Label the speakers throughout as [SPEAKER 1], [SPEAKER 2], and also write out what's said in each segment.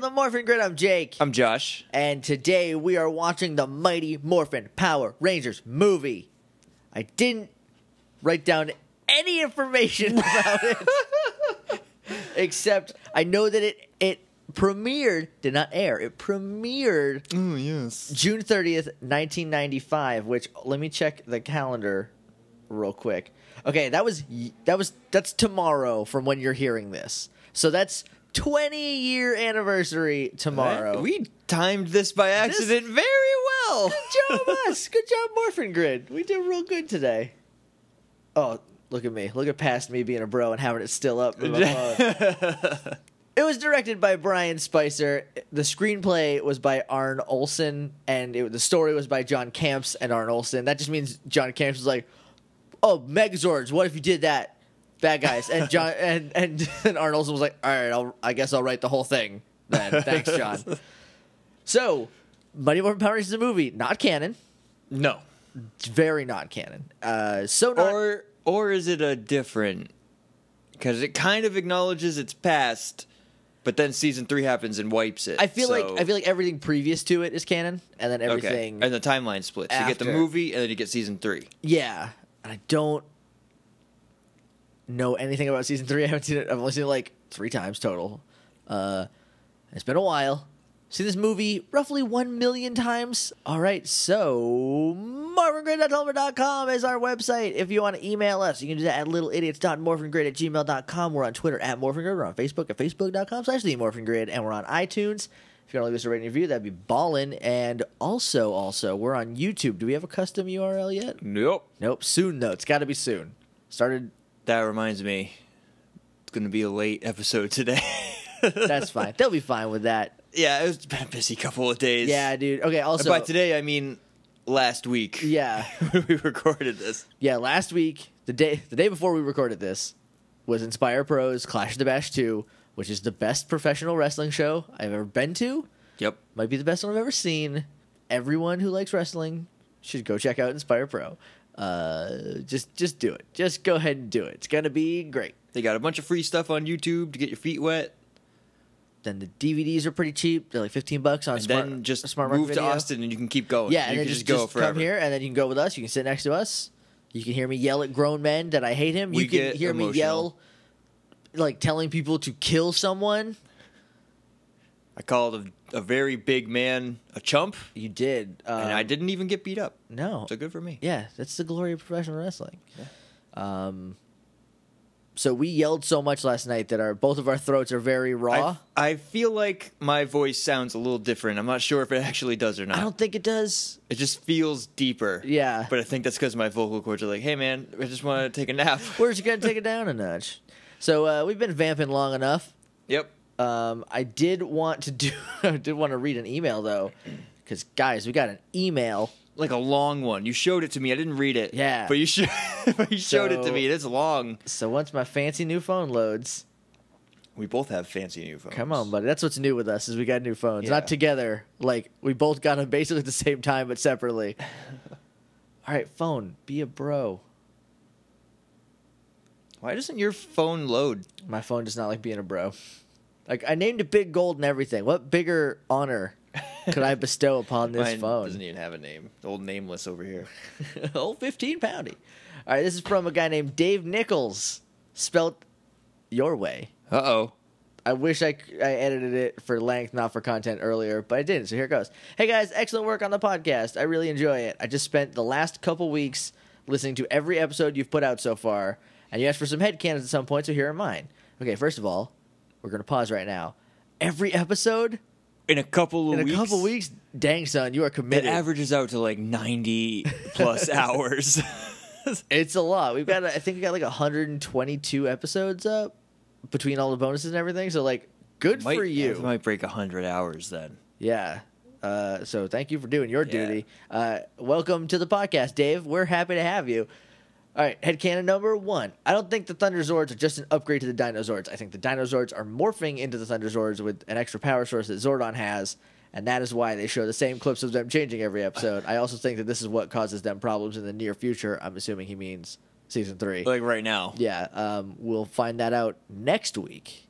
[SPEAKER 1] the Morphin Grid. I'm Jake.
[SPEAKER 2] I'm Josh.
[SPEAKER 1] and today we are watching the Mighty Morphin Power Rangers movie. I didn't write down any information about it, except I know that it it premiered did not air. It premiered
[SPEAKER 2] Oh yes.
[SPEAKER 1] June 30th, 1995, which let me check the calendar real quick. Okay, that was y- that was that's tomorrow from when you're hearing this. So that's 20 year anniversary tomorrow.
[SPEAKER 2] We timed this by accident very well.
[SPEAKER 1] good job us. Good job Morphin Grid. We did real good today. Oh, look at me. Look at past me being a bro and having it still up. in my phone. It was directed by Brian Spicer. The screenplay was by Arn Olson, and it, the story was by John Camps and Arn Olson. That just means John Camps was like, "Oh, Megazords, what if you did that, bad guys?" And John and and, and Arn Olson was like, "All right, I'll, I guess I'll write the whole thing then." Thanks, John. so, Mighty Morphin Power Rangers is a movie, not canon.
[SPEAKER 2] no.
[SPEAKER 1] It's very not canon. Uh, so not
[SPEAKER 2] Or or is it a different? Because it kind of acknowledges its past, but then season three happens and wipes it.
[SPEAKER 1] I feel
[SPEAKER 2] so-
[SPEAKER 1] like I feel like everything previous to it is canon, and then
[SPEAKER 2] Okay.
[SPEAKER 1] everything
[SPEAKER 2] And the timeline splits. You get the
[SPEAKER 1] after.
[SPEAKER 2] movie, and then you get season three.
[SPEAKER 1] Yeah, and I don't know anything about season three. I haven't seen it. I've only seen it like three times total. Uh, it's been a while. Seen this movie roughly one million times. All right, so morphingrid.tumblr.com is our website. If you want to email us, you can do that at littleidiots.morphingrid at gmail.com. We're on Twitter at morphingrid. We're on Facebook at facebook.com slash the morphingrid. And we're on iTunes. If you want to leave us a rating and review, that'd be ballin'. And also, also, we're on YouTube. Do we have a custom URL yet?
[SPEAKER 2] Nope.
[SPEAKER 1] Nope. Soon though. It's got to be soon. Started.
[SPEAKER 2] That reminds me, it's going to be a late episode today.
[SPEAKER 1] That's fine. They'll be fine with that.
[SPEAKER 2] yeah, it's been a busy couple of days.
[SPEAKER 1] Yeah, dude. Okay. Also,
[SPEAKER 2] By today, I mean last week.
[SPEAKER 1] yeah,
[SPEAKER 2] when we recorded this.
[SPEAKER 1] yeah. Last week, the day the day before we recorded this, was Inspire Pros Clash of the Bash two, which is the best professional wrestling show I've ever been to.
[SPEAKER 2] Yep.
[SPEAKER 1] Might be the best one I've ever seen. Everyone who likes wrestling should go check out Inspire Pro. Uh, just just do it. Just go ahead and do it. It's gonna be great.
[SPEAKER 2] They got a bunch of free stuff on YouTube to get your feet wet.
[SPEAKER 1] Then the DVDs are pretty cheap. They're like fifteen bucks on
[SPEAKER 2] And
[SPEAKER 1] smart.
[SPEAKER 2] then just
[SPEAKER 1] smart Market
[SPEAKER 2] move to
[SPEAKER 1] Video.
[SPEAKER 2] Austin and you can keep going.
[SPEAKER 1] Yeah,
[SPEAKER 2] you
[SPEAKER 1] and then
[SPEAKER 2] can
[SPEAKER 1] just,
[SPEAKER 2] go
[SPEAKER 1] just
[SPEAKER 2] forever.
[SPEAKER 1] come here, and then you can go with us. You can sit next to us. You can hear me yell at grown men that I hate him.
[SPEAKER 2] We
[SPEAKER 1] you can
[SPEAKER 2] get
[SPEAKER 1] hear me yell, like telling people to kill someone.
[SPEAKER 2] I called a, a very big man a chump,
[SPEAKER 1] You did, um,
[SPEAKER 2] and I didn't even get beat up.
[SPEAKER 1] No,
[SPEAKER 2] So good for me.
[SPEAKER 1] yeah, that's the glory of professional wrestling. Um, so we yelled so much last night that our both of our throats are very raw.
[SPEAKER 2] I, I feel like my voice sounds a little different. I'm not sure if it actually does or not.
[SPEAKER 1] I, don't think it does.
[SPEAKER 2] it just feels deeper.
[SPEAKER 1] Yeah.
[SPEAKER 2] But I think that's because my vocal cords are like, hey, man, I just want to take a nap.
[SPEAKER 1] We're just gonna take it down a notch. So uh, we've been vamping long enough.
[SPEAKER 2] yep.
[SPEAKER 1] Um, I did want to do. I did want to read an email though, because guys, we got an email.
[SPEAKER 2] Like a long one. You showed it to me. I didn't read it.
[SPEAKER 1] Yeah.
[SPEAKER 2] But you, sho- but you showed it to
[SPEAKER 1] So-
[SPEAKER 2] me. and It's long.
[SPEAKER 1] So once my fancy new phone loads,
[SPEAKER 2] We both have fancy new phones.
[SPEAKER 1] come on, buddy. That's what's new with us is we got new phones,
[SPEAKER 2] Yeah.
[SPEAKER 1] not together. Like we both got them basically at the same time, but separately. All right, phone, be a bro.
[SPEAKER 2] Why doesn't your phone load?
[SPEAKER 1] My phone does not like being a bro. Like I named it Big Gold and everything. What bigger honor could I bestow upon this
[SPEAKER 2] Mine
[SPEAKER 1] phone?
[SPEAKER 2] doesn't even have a name. Old nameless over here.
[SPEAKER 1] oh, 15 poundy. All right, this is from a guy named Dave Nichols, spelt your way.
[SPEAKER 2] Uh oh.
[SPEAKER 1] I wish I, c- I edited it for length, not for content earlier, but I didn't. So here it goes. Hey guys, excellent work on the podcast. I really enjoy it. I just spent the last couple weeks listening to every episode you've put out so far, and you asked for some headcanons at some point, so here are mine. Okay, first of all, we're going to pause right now. Every episode
[SPEAKER 2] In a couple of
[SPEAKER 1] in
[SPEAKER 2] weeks.
[SPEAKER 1] a couple weeks, dang son, you are committed.
[SPEAKER 2] It averages out to like 90 plus hours.
[SPEAKER 1] It's a lot. We've got, I think we got like 122 episodes up between all the bonuses and everything. So, like, good
[SPEAKER 2] Might-
[SPEAKER 1] for you.
[SPEAKER 2] I might break 100 hours then.
[SPEAKER 1] Yeah. Uh, so, thank you for doing your
[SPEAKER 2] Yeah.
[SPEAKER 1] duty. Uh, welcome to the podcast, Dave. We're happy to have you. All right, headcanon number one. I don't think the Thunderzords are just an upgrade to the Dinozords. I think the Dinozords are morphing into the Thunderzords with an extra power source that Zordon has, and that is why they show the same clips of them changing every episode. I also think that this is what causes them problems in the near future. I'm assuming he means season three.
[SPEAKER 2] Like right now.
[SPEAKER 1] Yeah, um, we'll find that out next week.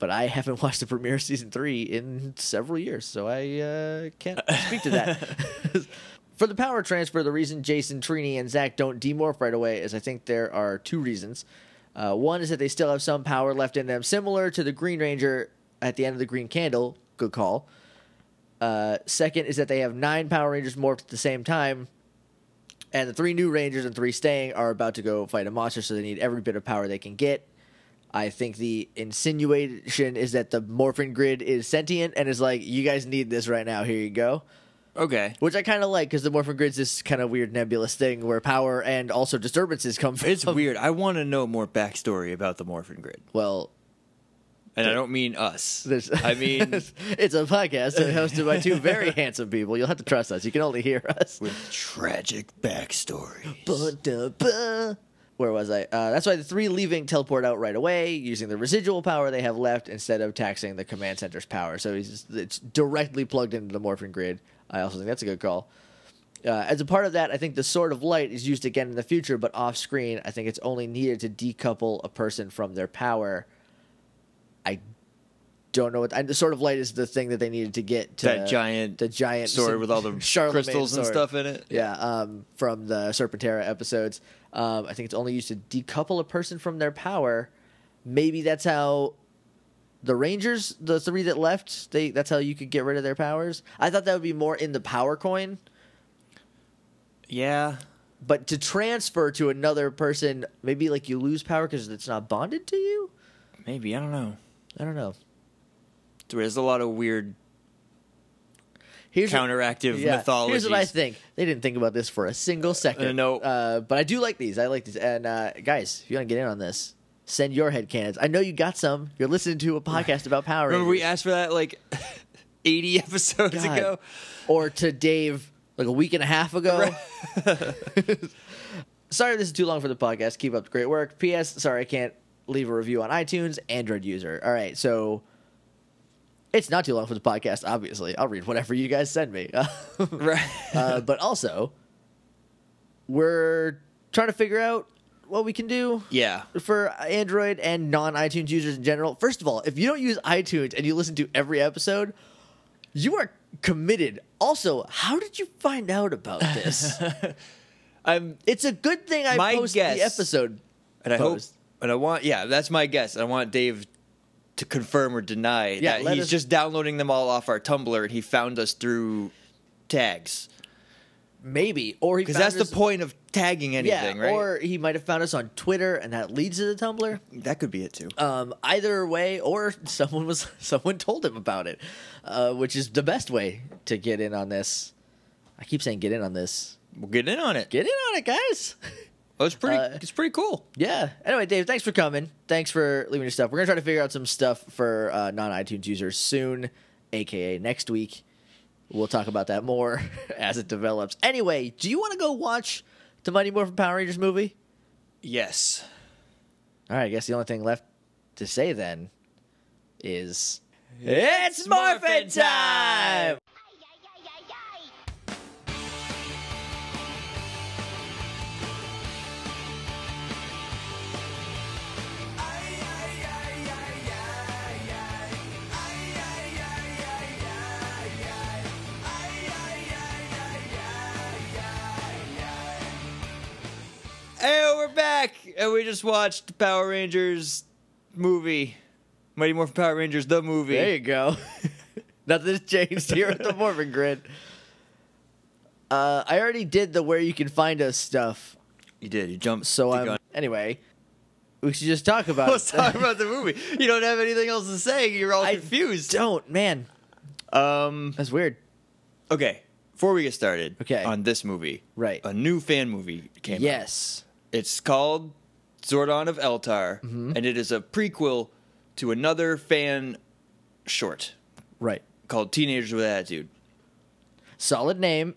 [SPEAKER 1] but I haven't watched the premiere of season three in several years, so I uh, can't speak to that. For the power transfer, the reason Jason, Trini, and Zach don't demorph right away is I think there are two reasons. Uh, one is that they still have some power left in them, similar to the Green Ranger at the end of the Green Candle. Good call. Uh, second is that they have nine Power Rangers morphed at the same time, and the three new Rangers and three staying are about to go fight a monster, so they need every bit of power they can get. I think the insinuation is that the morphing grid is sentient and is like, you guys need this right now. Here you go.
[SPEAKER 2] Okay.
[SPEAKER 1] Which I kind of like because the morphing grid's this kind of weird nebulous thing where power and also disturbances come from.
[SPEAKER 2] It's weird. I want to know more backstory about the Morphin Grid.
[SPEAKER 1] Well,
[SPEAKER 2] And I don't mean us.
[SPEAKER 1] there's,
[SPEAKER 2] I mean
[SPEAKER 1] it's a podcast hosted by two very handsome people. You'll have to trust us. You can only hear us.
[SPEAKER 2] with tragic backstories.
[SPEAKER 1] Ba-da-ba. Where was I? Uh, that's why the three leaving teleport out right away, using the residual power they have left instead of taxing the command center's power. So he's just, it's directly plugged into the morphing grid. I also think that's a good call. Uh, as a part of that, I think the Sword of Light is used again in the future, but off screen. I think it's only needed to decouple a person from their power. I don't know what I, the Sword of Light is. The thing that they needed to get to
[SPEAKER 2] that giant
[SPEAKER 1] the giant
[SPEAKER 2] sword with all the
[SPEAKER 1] Charlemagne
[SPEAKER 2] crystals and
[SPEAKER 1] sword.
[SPEAKER 2] stuff in it.
[SPEAKER 1] Yeah, um, from the Serpentera episodes. Um, I think it's only used to decouple a person from their power. Maybe that's how the Rangers, the three that left, they that's how you could get rid of their powers. I thought that would be more in the power coin,
[SPEAKER 2] Yeah.
[SPEAKER 1] but to transfer to another person, maybe like you lose power because it's not bonded to you.
[SPEAKER 2] Maybe I don't know.
[SPEAKER 1] I don't know.
[SPEAKER 2] There's a lot of weird
[SPEAKER 1] Here's what-
[SPEAKER 2] counteractive mythologies.
[SPEAKER 1] Here's what I think. They didn't think about this for a single second.
[SPEAKER 2] Uh, no.
[SPEAKER 1] Uh, but I do like these. I like these. And uh, guys, if you want to get in on this, send your head cannons. I know you got some. You're listening to a podcast about Power
[SPEAKER 2] Remember we
[SPEAKER 1] Rangers.
[SPEAKER 2] asked for that like 80 episodes
[SPEAKER 1] God.
[SPEAKER 2] ago.
[SPEAKER 1] Or to Dave, like a week and a half ago. sorry this is too long for the podcast. Keep up the great work. P.S. Sorry I can't leave a review on iTunes. Android user. All right, so... It's not too long for the podcast, obviously. I'll read whatever you guys send me.
[SPEAKER 2] Right.
[SPEAKER 1] uh, but also we're trying to figure out what we can do
[SPEAKER 2] yeah.
[SPEAKER 1] for Android and non iTunes users in general. First of all, if you don't use iTunes and you listen to every episode, you are committed. Also, how did you find out about this?
[SPEAKER 2] I'm
[SPEAKER 1] it's a good thing I
[SPEAKER 2] My
[SPEAKER 1] posted the
[SPEAKER 2] guess-
[SPEAKER 1] episode.
[SPEAKER 2] and I
[SPEAKER 1] Post.
[SPEAKER 2] hope and I want yeah, that's my guess. I want Dave to confirm or deny
[SPEAKER 1] Yeah,
[SPEAKER 2] that
[SPEAKER 1] let
[SPEAKER 2] he's
[SPEAKER 1] us-
[SPEAKER 2] just downloading them all off our Tumblr and he found us through tags.
[SPEAKER 1] Maybe, or he
[SPEAKER 2] Because
[SPEAKER 1] found
[SPEAKER 2] that's the
[SPEAKER 1] us-
[SPEAKER 2] point of tagging anything,
[SPEAKER 1] yeah,
[SPEAKER 2] right?
[SPEAKER 1] or he might have found us on Twitter, and that leads to the Tumblr.
[SPEAKER 2] that could be it too.
[SPEAKER 1] um, either way, or someone was someone told him about it, uh, which is the best way to get in on this. I keep saying get in on this.
[SPEAKER 2] We'll get in on it.
[SPEAKER 1] Get in on it, guys.
[SPEAKER 2] Well, it's pretty.
[SPEAKER 1] Uh,
[SPEAKER 2] it's pretty cool.
[SPEAKER 1] yeah. Anyway, Dave, thanks for coming. Thanks for leaving your stuff. We're gonna try to figure out some stuff for uh, non iTunes users soon, aka next week. We'll talk about that more as it develops. Anyway, do you want to go watch the Mighty Morphin Power Rangers movie?
[SPEAKER 2] Yes.
[SPEAKER 1] All right, I guess the only thing left to say then is it's morphin' time.
[SPEAKER 3] Ay, ay, ay, ay, ay.
[SPEAKER 2] Hey, we're back, and we just watched the Power Rangers movie, Mighty Morphin Power Rangers the movie.
[SPEAKER 1] There you go. Nothing's changed here at the Morphin Grid. Uh, I already did the where you can find us stuff,
[SPEAKER 2] You did. You jumped.
[SPEAKER 1] so
[SPEAKER 2] the
[SPEAKER 1] I'm
[SPEAKER 2] gun.
[SPEAKER 1] anyway. We should just talk about
[SPEAKER 2] Let's
[SPEAKER 1] it.
[SPEAKER 2] talk about the movie. You don't have anything else to say. You're all
[SPEAKER 1] I
[SPEAKER 2] confused.
[SPEAKER 1] Don't man,
[SPEAKER 2] Um.
[SPEAKER 1] that's weird.
[SPEAKER 2] Okay. Before we get started,
[SPEAKER 1] Okay.
[SPEAKER 2] on this movie,
[SPEAKER 1] Right.
[SPEAKER 2] A new fan movie came. out.
[SPEAKER 1] Yes,
[SPEAKER 2] It's called Zordon of Eltar, and it is a prequel to another fan short
[SPEAKER 1] right.
[SPEAKER 2] called Teenagers with Attitude.
[SPEAKER 1] Solid name,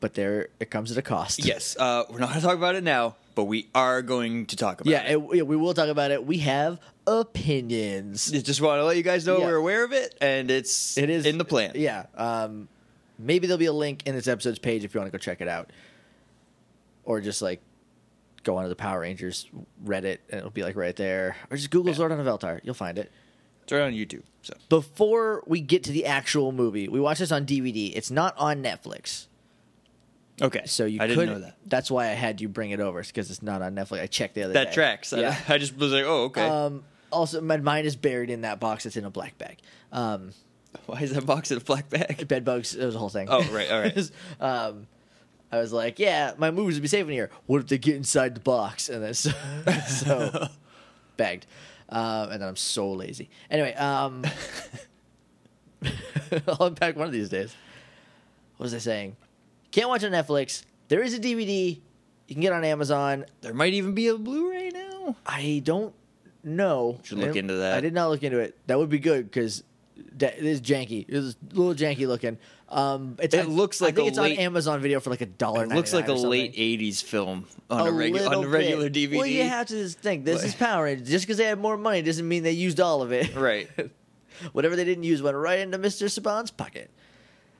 [SPEAKER 1] but there it comes at a cost.
[SPEAKER 2] Yes, uh, we're not going to talk about it now, but we are going to talk about
[SPEAKER 1] yeah.
[SPEAKER 2] it.
[SPEAKER 1] It, we we will talk about it. We have opinions.
[SPEAKER 2] I just want to let you guys know
[SPEAKER 1] Yeah.
[SPEAKER 2] we're aware of it, and it's
[SPEAKER 1] It is
[SPEAKER 2] in the plan.
[SPEAKER 1] Yeah. Um, maybe there'll be a link in this episode's page if you want to go check it out, or just like go onto the Power Rangers Reddit and it'll be like right there, or just Google Zordon of Eltar. You'll find it.
[SPEAKER 2] It's right on YouTube. So
[SPEAKER 1] Before we get to the actual movie, we watched this on DVD. It's not on Netflix.
[SPEAKER 2] okay,
[SPEAKER 1] So you
[SPEAKER 2] I
[SPEAKER 1] could
[SPEAKER 2] didn't know that.
[SPEAKER 1] That's why I had you bring it over because it's not on Netflix. I checked the other day.
[SPEAKER 2] That tracks. I-
[SPEAKER 1] Yeah.
[SPEAKER 2] I, just was like, oh okay.
[SPEAKER 1] Um, also, my mine is buried in that box. It's in a black bag. Um,
[SPEAKER 2] Why is that box in a black bag?
[SPEAKER 1] bed bugs. It was a whole thing.
[SPEAKER 2] Oh, right, all right.
[SPEAKER 1] um, I was like, yeah, my movies would be safe in here. What if they get inside the box? And then so, so bagged. Um, and then I'm so lazy. Anyway, um, I'll unpack one of these days. What was I saying? Can't watch on Netflix. There is a DVD. You can get on Amazon.
[SPEAKER 2] There might even be a Blu-ray now.
[SPEAKER 1] I don't know.
[SPEAKER 2] Should look
[SPEAKER 1] I didn't-
[SPEAKER 2] into that.
[SPEAKER 1] I did not look into it. That would be good because that it is janky. It was a little janky looking. Um, it's,
[SPEAKER 2] It
[SPEAKER 1] on-
[SPEAKER 2] looks
[SPEAKER 1] I
[SPEAKER 2] like
[SPEAKER 1] think
[SPEAKER 2] a
[SPEAKER 1] it's
[SPEAKER 2] late-
[SPEAKER 1] on Amazon Video for like a dollar.
[SPEAKER 2] It looks like a late '80s film on a, regu- on a regular DVD.
[SPEAKER 1] Well, you have to just think this
[SPEAKER 2] Like-
[SPEAKER 1] is Power Rangers. Just because they had more money doesn't mean they used all of it.
[SPEAKER 2] Right.
[SPEAKER 1] Whatever they didn't use went right into Mister Saban's pocket.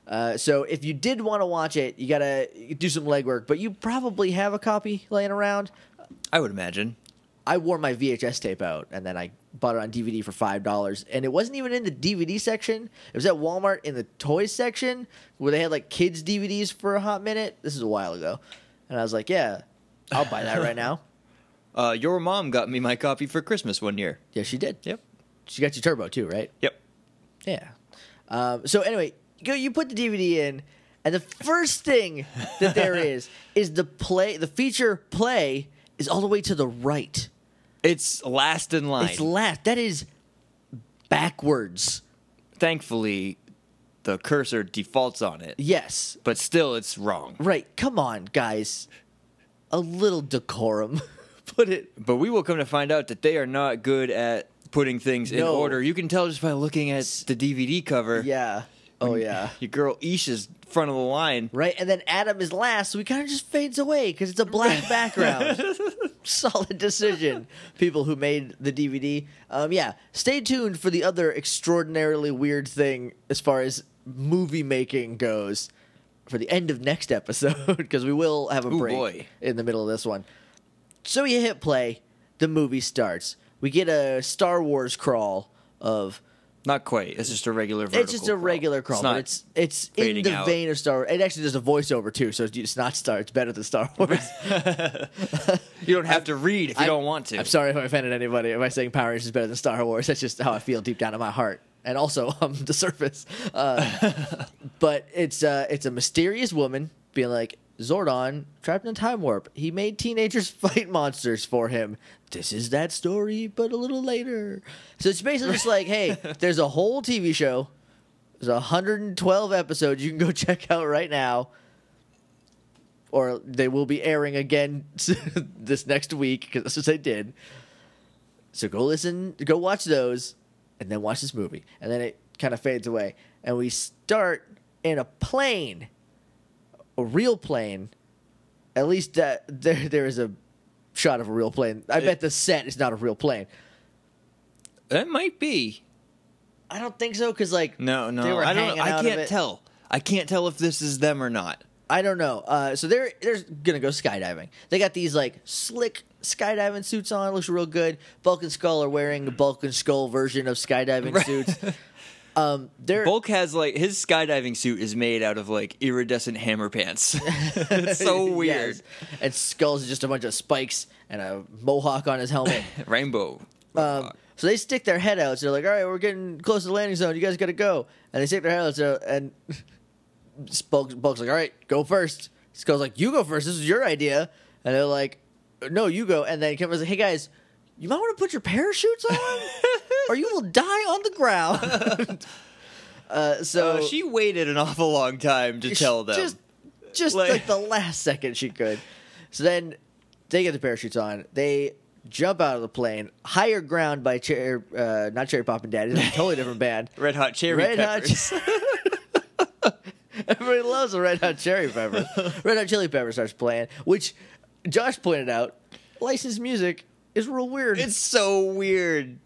[SPEAKER 1] Uh, so if you did want to watch it, you gotta do some legwork. But you probably have a copy laying around.
[SPEAKER 2] I would imagine.
[SPEAKER 1] I wore my VHS tape out, and then I bought it on DVD for five dollars. And it wasn't even in the DVD section; it was at Walmart in the toy section where they had like kids DVDs for a hot minute. This is a while ago, and I was like, "Yeah, I'll buy that right now."
[SPEAKER 2] Uh, your mom got me my copy for Christmas one year.
[SPEAKER 1] Yeah, she did.
[SPEAKER 2] Yep.
[SPEAKER 1] She got you Turbo too, right?
[SPEAKER 2] Yep.
[SPEAKER 1] Yeah. Um, so anyway, you, you put the DVD in, and the first thing that there is is the play. The feature play is all the way to the right.
[SPEAKER 2] It's last in line.
[SPEAKER 1] It's left. That is backwards.
[SPEAKER 2] Thankfully, the cursor defaults on it,
[SPEAKER 1] Yes.
[SPEAKER 2] but still, it's wrong.
[SPEAKER 1] Right. Come on, guys. A little decorum. Put it.
[SPEAKER 2] But we will come to find out that they are not good at putting things in
[SPEAKER 1] No.
[SPEAKER 2] order. You can tell just by looking at the DVD cover.
[SPEAKER 1] Yeah. Oh, yeah.
[SPEAKER 2] Your girl Ish is front of the line.
[SPEAKER 1] Right. And then Adam is last, so he kind of just fades away because it's a black background. Solid decision, people who made the DVD. Um, yeah. Stay tuned for the other extraordinarily weird thing as far as movie making goes for the end of next episode because we will have a
[SPEAKER 2] Ooh,
[SPEAKER 1] break
[SPEAKER 2] boy.
[SPEAKER 1] in the middle of this one. So you hit play, the movie starts. We get a Star Wars crawl of
[SPEAKER 2] Not quite. It's just a regular. Vertical
[SPEAKER 1] it's just a regular crawl, but it's it's in
[SPEAKER 2] fading
[SPEAKER 1] the
[SPEAKER 2] out.
[SPEAKER 1] vein of Star Wars. It actually does a voiceover too, so it's not Star. It's better than Star Wars.
[SPEAKER 2] you don't have to read if you don't want to.
[SPEAKER 1] I'm sorry if I offended anybody by saying Power Rangers is better than Star Wars. That's just how I feel deep down in my heart, and also on the surface. Uh, but it's uh, it's a mysterious woman being like Zordon trapped in a time warp. He made teenagers fight monsters for him. This is that story, but a little later. So it's basically just like, hey, there's a whole TV show. There's 112 episodes you can go check out right now or they will be airing again this next week because that's what they did. So go listen, go watch those, and then watch this movie, and then it kind of fades away, and we start in a plane, a real plane. At least that there there is a shot of a real plane. I bet the set is not a real plane.
[SPEAKER 2] That might be.
[SPEAKER 1] I don't think so because like
[SPEAKER 2] No, no.
[SPEAKER 1] they were
[SPEAKER 2] I don't.
[SPEAKER 1] hanging
[SPEAKER 2] I
[SPEAKER 1] out of
[SPEAKER 2] can't
[SPEAKER 1] it.
[SPEAKER 2] tell. I can't tell if this is them or not.
[SPEAKER 1] I don't know. Uh, so they're they're gonna go skydiving. They got these like slick skydiving suits on. Looks real good. Bulk and Skull are wearing a Bulk and Skull version of skydiving
[SPEAKER 2] Right.
[SPEAKER 1] suits. Um, they're
[SPEAKER 2] Bulk has like his skydiving suit is made out of like iridescent hammer pants. it's so
[SPEAKER 1] Yes.
[SPEAKER 2] weird.
[SPEAKER 1] And Skull's is just a bunch of spikes and a mohawk on his helmet.
[SPEAKER 2] Rainbow.
[SPEAKER 1] Um, so they stick their head out. So they're like, "All right, we're getting close to the landing zone. You guys gotta go." And they stick their head out. So, and Bulk's, Bulk's like, "All right, go first. Skull's like, "You go first. This is your idea." And they're like, "No, you go." And then Kevin's like, "Hey guys, you might want to put your parachutes on, or you will die on the ground." uh, so
[SPEAKER 2] Uh, she waited an awful long time to tell them.
[SPEAKER 1] just, just like,
[SPEAKER 2] Like-
[SPEAKER 1] the last second she could. So then they get the parachutes on. They jump out of the plane. Higher ground by Cherry, uh, not Cherry Pop and Daddy. That's a totally different band.
[SPEAKER 2] Red Hot Cherry
[SPEAKER 1] Red Hot
[SPEAKER 2] Peppers.
[SPEAKER 1] Everybody loves the Red Hot Cherry Pepper. Red Hot Chili Pepper starts playing, which Josh pointed out. Licensed music is real weird.
[SPEAKER 2] It's so weird.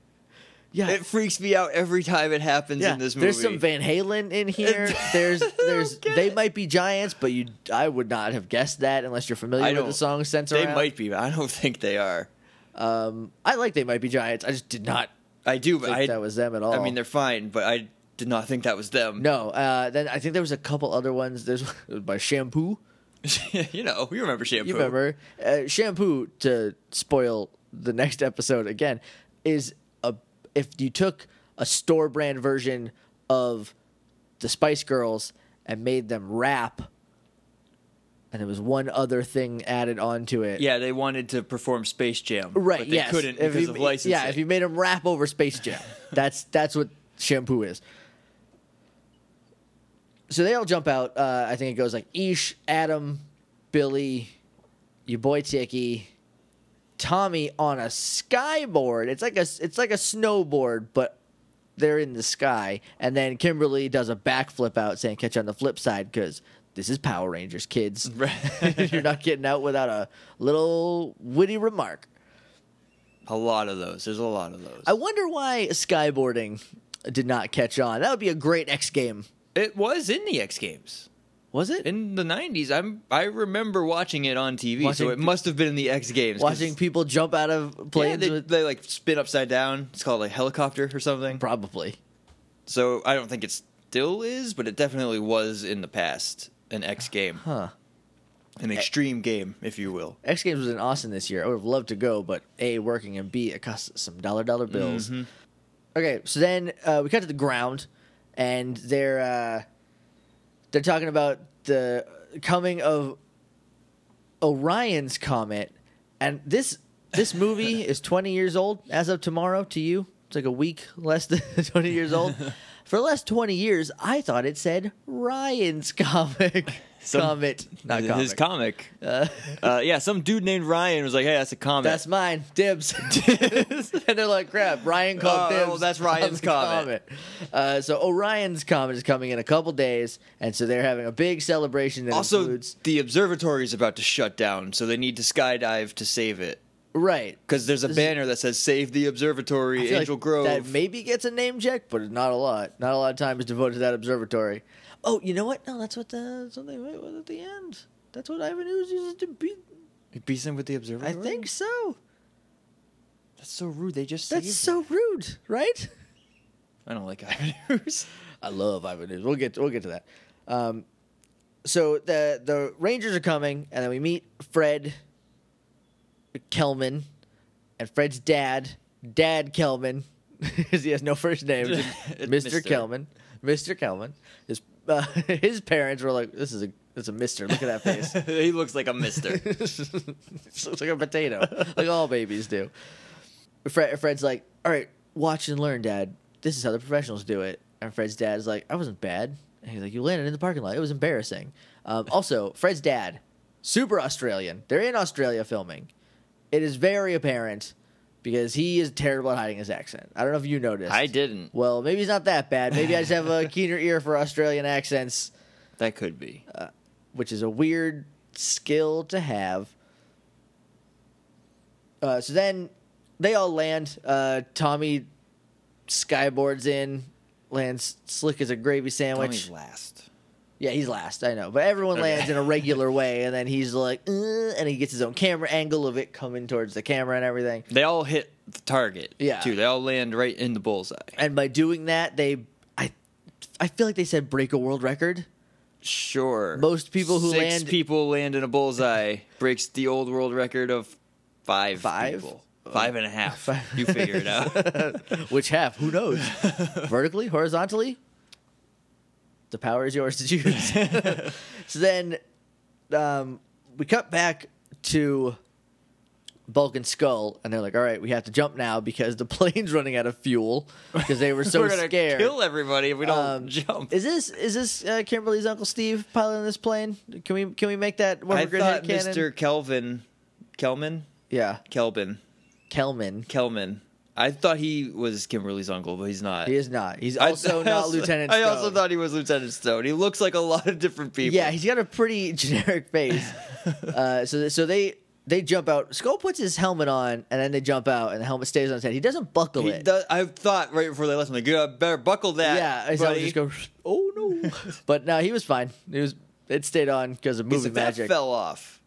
[SPEAKER 1] yeah.
[SPEAKER 2] It freaks me out every time it happens in this movie.
[SPEAKER 1] There's some Van Halen in here. There's there's
[SPEAKER 2] get
[SPEAKER 1] they
[SPEAKER 2] it.
[SPEAKER 1] might be giants, but you I would not have guessed that unless you're familiar
[SPEAKER 2] I
[SPEAKER 1] with the
[SPEAKER 2] don't-
[SPEAKER 1] song sense
[SPEAKER 2] they
[SPEAKER 1] around.
[SPEAKER 2] might be, but I don't think they are.
[SPEAKER 1] Um, I like They Might Be Giants. I just did not
[SPEAKER 2] I do, but
[SPEAKER 1] think
[SPEAKER 2] I
[SPEAKER 1] that was them at all.
[SPEAKER 2] I mean, they're fine, but I did not think that was them.
[SPEAKER 1] no. Uh, then I think there was a couple other ones. There's by Shampoo.
[SPEAKER 2] you know, you remember shampoo.
[SPEAKER 1] You remember uh, Shampoo to spoil the next episode again is a if you took a store brand version of the Spice Girls and made them rap, and there was one other thing added onto it.
[SPEAKER 2] Yeah, they wanted to perform Space Jam,
[SPEAKER 1] Right.
[SPEAKER 2] But they
[SPEAKER 1] yes.
[SPEAKER 2] couldn't
[SPEAKER 1] If
[SPEAKER 2] because
[SPEAKER 1] you-
[SPEAKER 2] of licensing.
[SPEAKER 1] Yeah. If you made them rap over Space Jam, that's that's what shampoo is. So they all jump out. Uh, I think it goes like Ish, Adam, Billy, your boy Tiki, Tommy on a skyboard. It's like a s- it's like a snowboard, but they're in the sky. And then Kimberly does a backflip out, saying "Catch you on the flip side," because this is Power Rangers, kids.
[SPEAKER 2] Right.
[SPEAKER 1] You're not getting out without a little witty remark.
[SPEAKER 2] a lot of those. There's a lot of those.
[SPEAKER 1] I wonder why skyboarding did not catch on. That would be a great X game.
[SPEAKER 2] it was in the X Games
[SPEAKER 1] Was it?
[SPEAKER 2] in the '90s. I'm I remember watching it on TV,
[SPEAKER 1] Watching
[SPEAKER 2] so it
[SPEAKER 1] pe-
[SPEAKER 2] must have been in the X Games. 'cause-
[SPEAKER 1] Watching people jump out of
[SPEAKER 2] yeah,
[SPEAKER 1] planes
[SPEAKER 2] they,
[SPEAKER 1] with
[SPEAKER 2] they like spin upside down. It's called like helicopter or something.
[SPEAKER 1] probably.
[SPEAKER 2] So I don't think it still is, but it definitely was in the past an X game, Eh.
[SPEAKER 1] Huh.
[SPEAKER 2] an extreme game, if you will.
[SPEAKER 1] X Games was in Austin this year. I would have loved to go, but A, working, and B, it costs some dollar dollar bills.
[SPEAKER 2] Mm-hmm.
[SPEAKER 1] Okay, so then uh, we cut to the ground, and they're uh, they're talking about the coming of Orion's comet, and this this movie is twenty years old as of tomorrow to you. It's like a week less than twenty years old. For the last twenty years, I thought it said Ryan's comic.
[SPEAKER 2] Some-
[SPEAKER 1] comet, not comic.
[SPEAKER 2] His comic.
[SPEAKER 1] Uh,
[SPEAKER 2] Uh, yeah, some dude named Ryan was like, "Hey, that's a comic."
[SPEAKER 1] That's mine. Dibs. and they're like, crap, Ryan called
[SPEAKER 2] Oh,
[SPEAKER 1] dibs.
[SPEAKER 2] well, that's
[SPEAKER 1] on
[SPEAKER 2] Ryan's
[SPEAKER 1] the
[SPEAKER 2] comet.
[SPEAKER 1] comet. Uh, so Orion's comet is coming in a couple days, and so they're having a big celebration that
[SPEAKER 2] also
[SPEAKER 1] includes
[SPEAKER 2] the observatory is about to shut down, so they need to skydive to save it.
[SPEAKER 1] right.
[SPEAKER 2] Because there's a
[SPEAKER 1] This is-
[SPEAKER 2] banner that says "Save the
[SPEAKER 1] I
[SPEAKER 2] Observatory,
[SPEAKER 1] feel like
[SPEAKER 2] Angel Grove."
[SPEAKER 1] that maybe gets a name check, but not a lot. Not a lot of time is devoted to that observatory. Oh, you know what? No, that's what the something was at the end. That's what Ivan Ooze uses to be.
[SPEAKER 2] It beats them with the
[SPEAKER 1] I
[SPEAKER 2] observatory.
[SPEAKER 1] think so.
[SPEAKER 2] that's so rude. They just
[SPEAKER 1] That's
[SPEAKER 2] saved
[SPEAKER 1] so
[SPEAKER 2] it.
[SPEAKER 1] rude, right?
[SPEAKER 2] I don't like Ivanhoe's.
[SPEAKER 1] I love Ivan Ooze. We'll get we'll get to that. Um, so the the Rangers are coming, and then we meet Fred Kelman and Fred's dad, Dad Kelman, because he has no first name, just Mr.
[SPEAKER 2] Mister.
[SPEAKER 1] Kelman. Mr. Kelman. His uh, his parents were like, "This is a it's a Mister. Look at that face.
[SPEAKER 2] he looks like a Mister.
[SPEAKER 1] It looks like a potato, like all babies do. Fred, Fred's like, all right, watch and learn, Dad. This is how the professionals do it. And Fred's dad's like, I wasn't bad. And he's like, you landed in the parking lot. It was embarrassing. Um, also, Fred's dad, super Australian. They're in Australia filming. It is very apparent because he is terrible at hiding his accent. I don't know if you noticed.
[SPEAKER 2] I didn't.
[SPEAKER 1] Well, maybe he's not that bad. Maybe I just have a keener ear for Australian accents
[SPEAKER 2] That could be.
[SPEAKER 1] which is a weird skill to have. Uh, so then they all land. Uh, Tommy skyboards in, lands slick as a gravy sandwich.
[SPEAKER 2] Tommy's last.
[SPEAKER 1] yeah, he's last, I know. But everyone
[SPEAKER 2] Okay.
[SPEAKER 1] lands in a regular way, and then he's like, "Uh," and he gets his own camera angle of it coming towards the camera and everything.
[SPEAKER 2] They all hit the target.
[SPEAKER 1] Yeah.
[SPEAKER 2] Too. They all land right in the bullseye.
[SPEAKER 1] And by doing that, they, I, I feel like they said break a world record.
[SPEAKER 2] Sure.
[SPEAKER 1] Most people who
[SPEAKER 2] Six
[SPEAKER 1] land-
[SPEAKER 2] people land in a bullseye breaks the old world record of five.
[SPEAKER 1] Five?
[SPEAKER 2] People. Five and a half.
[SPEAKER 1] Five-
[SPEAKER 2] You figure it out.
[SPEAKER 1] Which half? Who knows? Vertically, horizontally. The power is yours to choose. so then, um, we cut back to Bulk and Skull, and they're like, "All right, we have to jump now because the plane's running out of fuel because they were so
[SPEAKER 2] We're gonna
[SPEAKER 1] scared."
[SPEAKER 2] kill everybody if we don't
[SPEAKER 1] Um,
[SPEAKER 2] jump.
[SPEAKER 1] Is this is this uh, Kimberly's uncle Steve piloting this plane? Can we can we make that?
[SPEAKER 2] I
[SPEAKER 1] Grid head
[SPEAKER 2] thought
[SPEAKER 1] cannon?
[SPEAKER 2] Mr. Kelvin, Kelman,
[SPEAKER 1] Yeah,
[SPEAKER 2] Kelvin,
[SPEAKER 1] Kelman.
[SPEAKER 2] Kelman. I thought he was Kimberly's uncle, but he's not.
[SPEAKER 1] He is not. He's
[SPEAKER 2] I-
[SPEAKER 1] also
[SPEAKER 2] I
[SPEAKER 1] not
[SPEAKER 2] also-
[SPEAKER 1] Lieutenant.
[SPEAKER 2] I also
[SPEAKER 1] Stone.
[SPEAKER 2] thought he was Lieutenant Stone. He looks like a lot of different people.
[SPEAKER 1] Yeah, he's got a pretty generic face. uh, so th- so they they jump out. Skull puts his helmet on, and then they jump out, and the helmet stays on his head. He doesn't buckle
[SPEAKER 2] He
[SPEAKER 1] it.
[SPEAKER 2] does, I thought right before they left, I'm like, "Yeah, better buckle that.
[SPEAKER 1] yeah, his helmet
[SPEAKER 2] buddy.
[SPEAKER 1] just goes. Oh no! but no, he was fine. It was it stayed on because of
[SPEAKER 2] Because
[SPEAKER 1] movie
[SPEAKER 2] if that
[SPEAKER 1] magic.
[SPEAKER 2] fell off.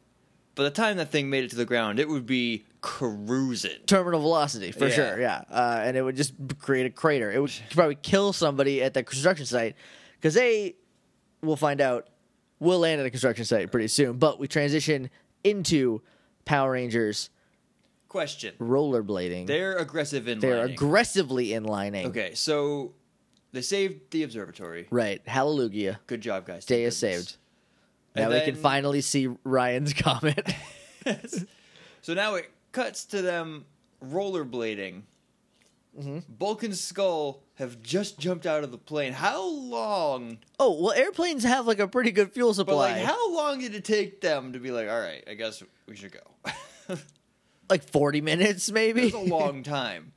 [SPEAKER 2] by the time that thing made it to the ground, it would be cruising.
[SPEAKER 1] terminal velocity for
[SPEAKER 2] Yeah.
[SPEAKER 1] sure. Yeah, uh, and it would just b- create a crater. It would probably kill somebody at the construction site because they, we'll find out, will land at a construction site pretty soon. But we transition into Power Rangers
[SPEAKER 2] Question:
[SPEAKER 1] rollerblading. They're,
[SPEAKER 2] They're aggressive in. lining.
[SPEAKER 1] aggressively inlining.
[SPEAKER 2] Okay, so they saved the observatory.
[SPEAKER 1] Right, hallelujah.
[SPEAKER 2] Good job, guys.
[SPEAKER 1] Day
[SPEAKER 2] Thank
[SPEAKER 1] is
[SPEAKER 2] goodness.
[SPEAKER 1] saved. Now
[SPEAKER 2] And
[SPEAKER 1] we can
[SPEAKER 2] then-
[SPEAKER 1] finally see Ryan's comment.
[SPEAKER 2] So now it cuts to them rollerblading.
[SPEAKER 1] Mm-hmm.
[SPEAKER 2] Bulk and Skull have just jumped out of the plane. How long?
[SPEAKER 1] oh well, airplanes have like a pretty good fuel
[SPEAKER 2] But
[SPEAKER 1] supply.
[SPEAKER 2] like, how long did it take them to be like, all right, I guess we should go?
[SPEAKER 1] Like forty minutes, maybe.
[SPEAKER 2] It's a long time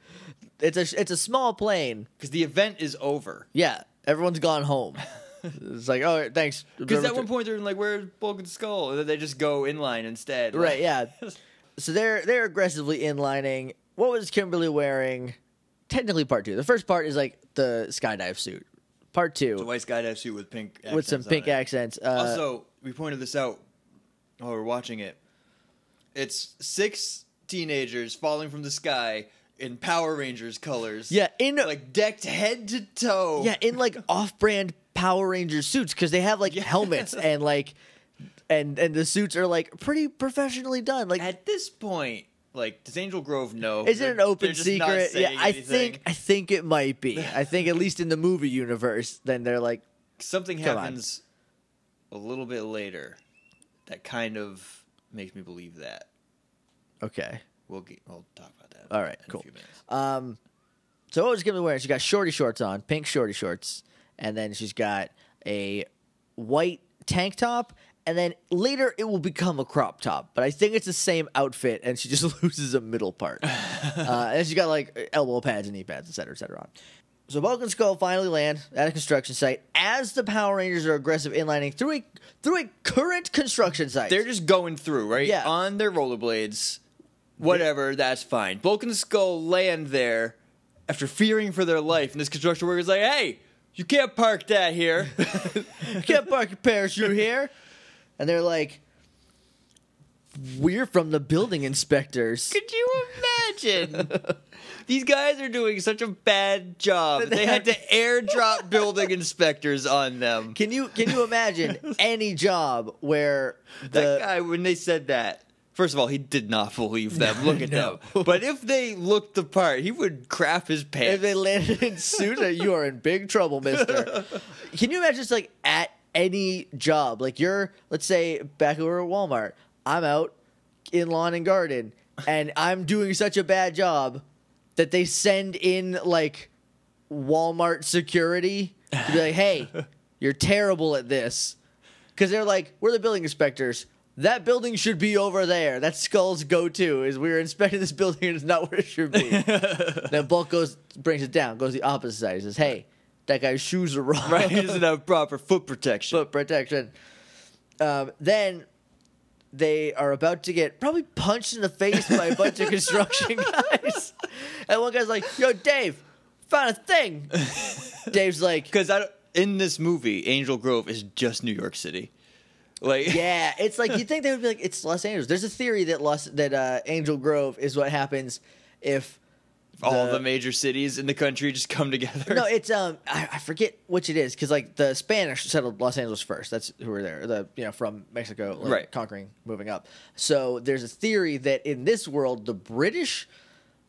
[SPEAKER 1] it's a it's a small plane.
[SPEAKER 2] because the event is over.
[SPEAKER 1] Yeah, everyone's gone home. it's like, oh, thanks.
[SPEAKER 2] Because at one point they're like, "Where's Bulk and Skull?" And then they just go inline instead.
[SPEAKER 1] right? Yeah.
[SPEAKER 2] Like-
[SPEAKER 1] So they're they're aggressively inlining. What was Kimberly wearing? Technically, part two. The first part is like the skydive suit. Part two
[SPEAKER 2] The white skydive suit with pink
[SPEAKER 1] with some
[SPEAKER 2] accents on
[SPEAKER 1] pink
[SPEAKER 2] it.
[SPEAKER 1] accents. Uh,
[SPEAKER 2] also, we pointed this out while we we're watching it. It's six teenagers falling from the sky in Power Rangers colors.
[SPEAKER 1] yeah, in
[SPEAKER 2] like decked head to toe.
[SPEAKER 1] yeah in like off-brand Power Ranger suits because they have like
[SPEAKER 2] Yeah.
[SPEAKER 1] helmets and like and and the suits are like pretty professionally done. Like
[SPEAKER 2] At this point, like does Angel Grove know?
[SPEAKER 1] Is
[SPEAKER 2] They're-
[SPEAKER 1] it an open
[SPEAKER 2] they're just not
[SPEAKER 1] secret? Yeah,
[SPEAKER 2] saying
[SPEAKER 1] I
[SPEAKER 2] anything.
[SPEAKER 1] think I think it might be. I think at least in the movie universe, then they're like,
[SPEAKER 2] something
[SPEAKER 1] Come on.
[SPEAKER 2] happens a little bit later that kind of makes me believe that.
[SPEAKER 1] okay.
[SPEAKER 2] We'll get, we'll talk about that.
[SPEAKER 1] All right,
[SPEAKER 2] in
[SPEAKER 1] cool.
[SPEAKER 2] A few minutes.
[SPEAKER 1] Um, so what was Gimli wearing? She got shorty shorts on, pink shorty shorts, and then she's got a white tank top, and then later it will become a crop top. But I think it's the same outfit, and she just loses a middle part. uh, and she got like elbow pads and knee pads, et cetera, et cetera. On. So Bulk and Skull finally land at a construction site as the Power Rangers are aggressive inlining through a through a current construction site.
[SPEAKER 2] They're just going through, right?
[SPEAKER 1] Yeah.
[SPEAKER 2] On their rollerblades. Whatever, that's fine. Bulk and Skull land there after fearing for their life, and this construction worker's like, hey, you can't park that here.
[SPEAKER 1] you can't park your parachute here. And they're like, we're from the building inspectors.
[SPEAKER 2] Could you imagine? These guys are doing such a bad job. They had to airdrop building inspectors on them.
[SPEAKER 1] Can you can you imagine any job where
[SPEAKER 2] that
[SPEAKER 1] the
[SPEAKER 2] guy when they said that first of all he did not believe them look at
[SPEAKER 1] No.
[SPEAKER 2] them but if they looked the part he would crap his
[SPEAKER 1] if
[SPEAKER 2] pants
[SPEAKER 1] they landed in Suda, you are in big trouble, Mister? Can you imagine just like at any job, like you're let's say back over at Walmart, I'm out in lawn and garden, and I'm doing such a bad job that they send in like Walmart security to be like, hey, you're terrible at this. Because they're like, we're the building inspectors. That building should be over there. That's Skull's go-to is we're inspecting this building and it's not where it should be. then Bulk goes brings it down, goes the opposite side. He says, hey, that guy's shoes are wrong.
[SPEAKER 2] right he doesn't have proper foot protection
[SPEAKER 1] Foot protection. Um, then they are about to get probably punched in the face by a bunch of construction guys. And one guy's like, yo, Dave, found a thing. Dave's like,
[SPEAKER 2] because in this movie angel grove is just new york city like
[SPEAKER 1] Yeah, it's like you'd think they would be like, it's Los Angeles. There's a theory that Los that uh, Angel Grove is what happens if
[SPEAKER 2] all
[SPEAKER 1] the-
[SPEAKER 2] the, major cities in the country just come together
[SPEAKER 1] no, it's um I, I forget which it is because like the Spanish settled Los Angeles first. That's who were there. The you know from Mexico, like,
[SPEAKER 2] Right.
[SPEAKER 1] Conquering, moving up. So there's a theory that in this world the British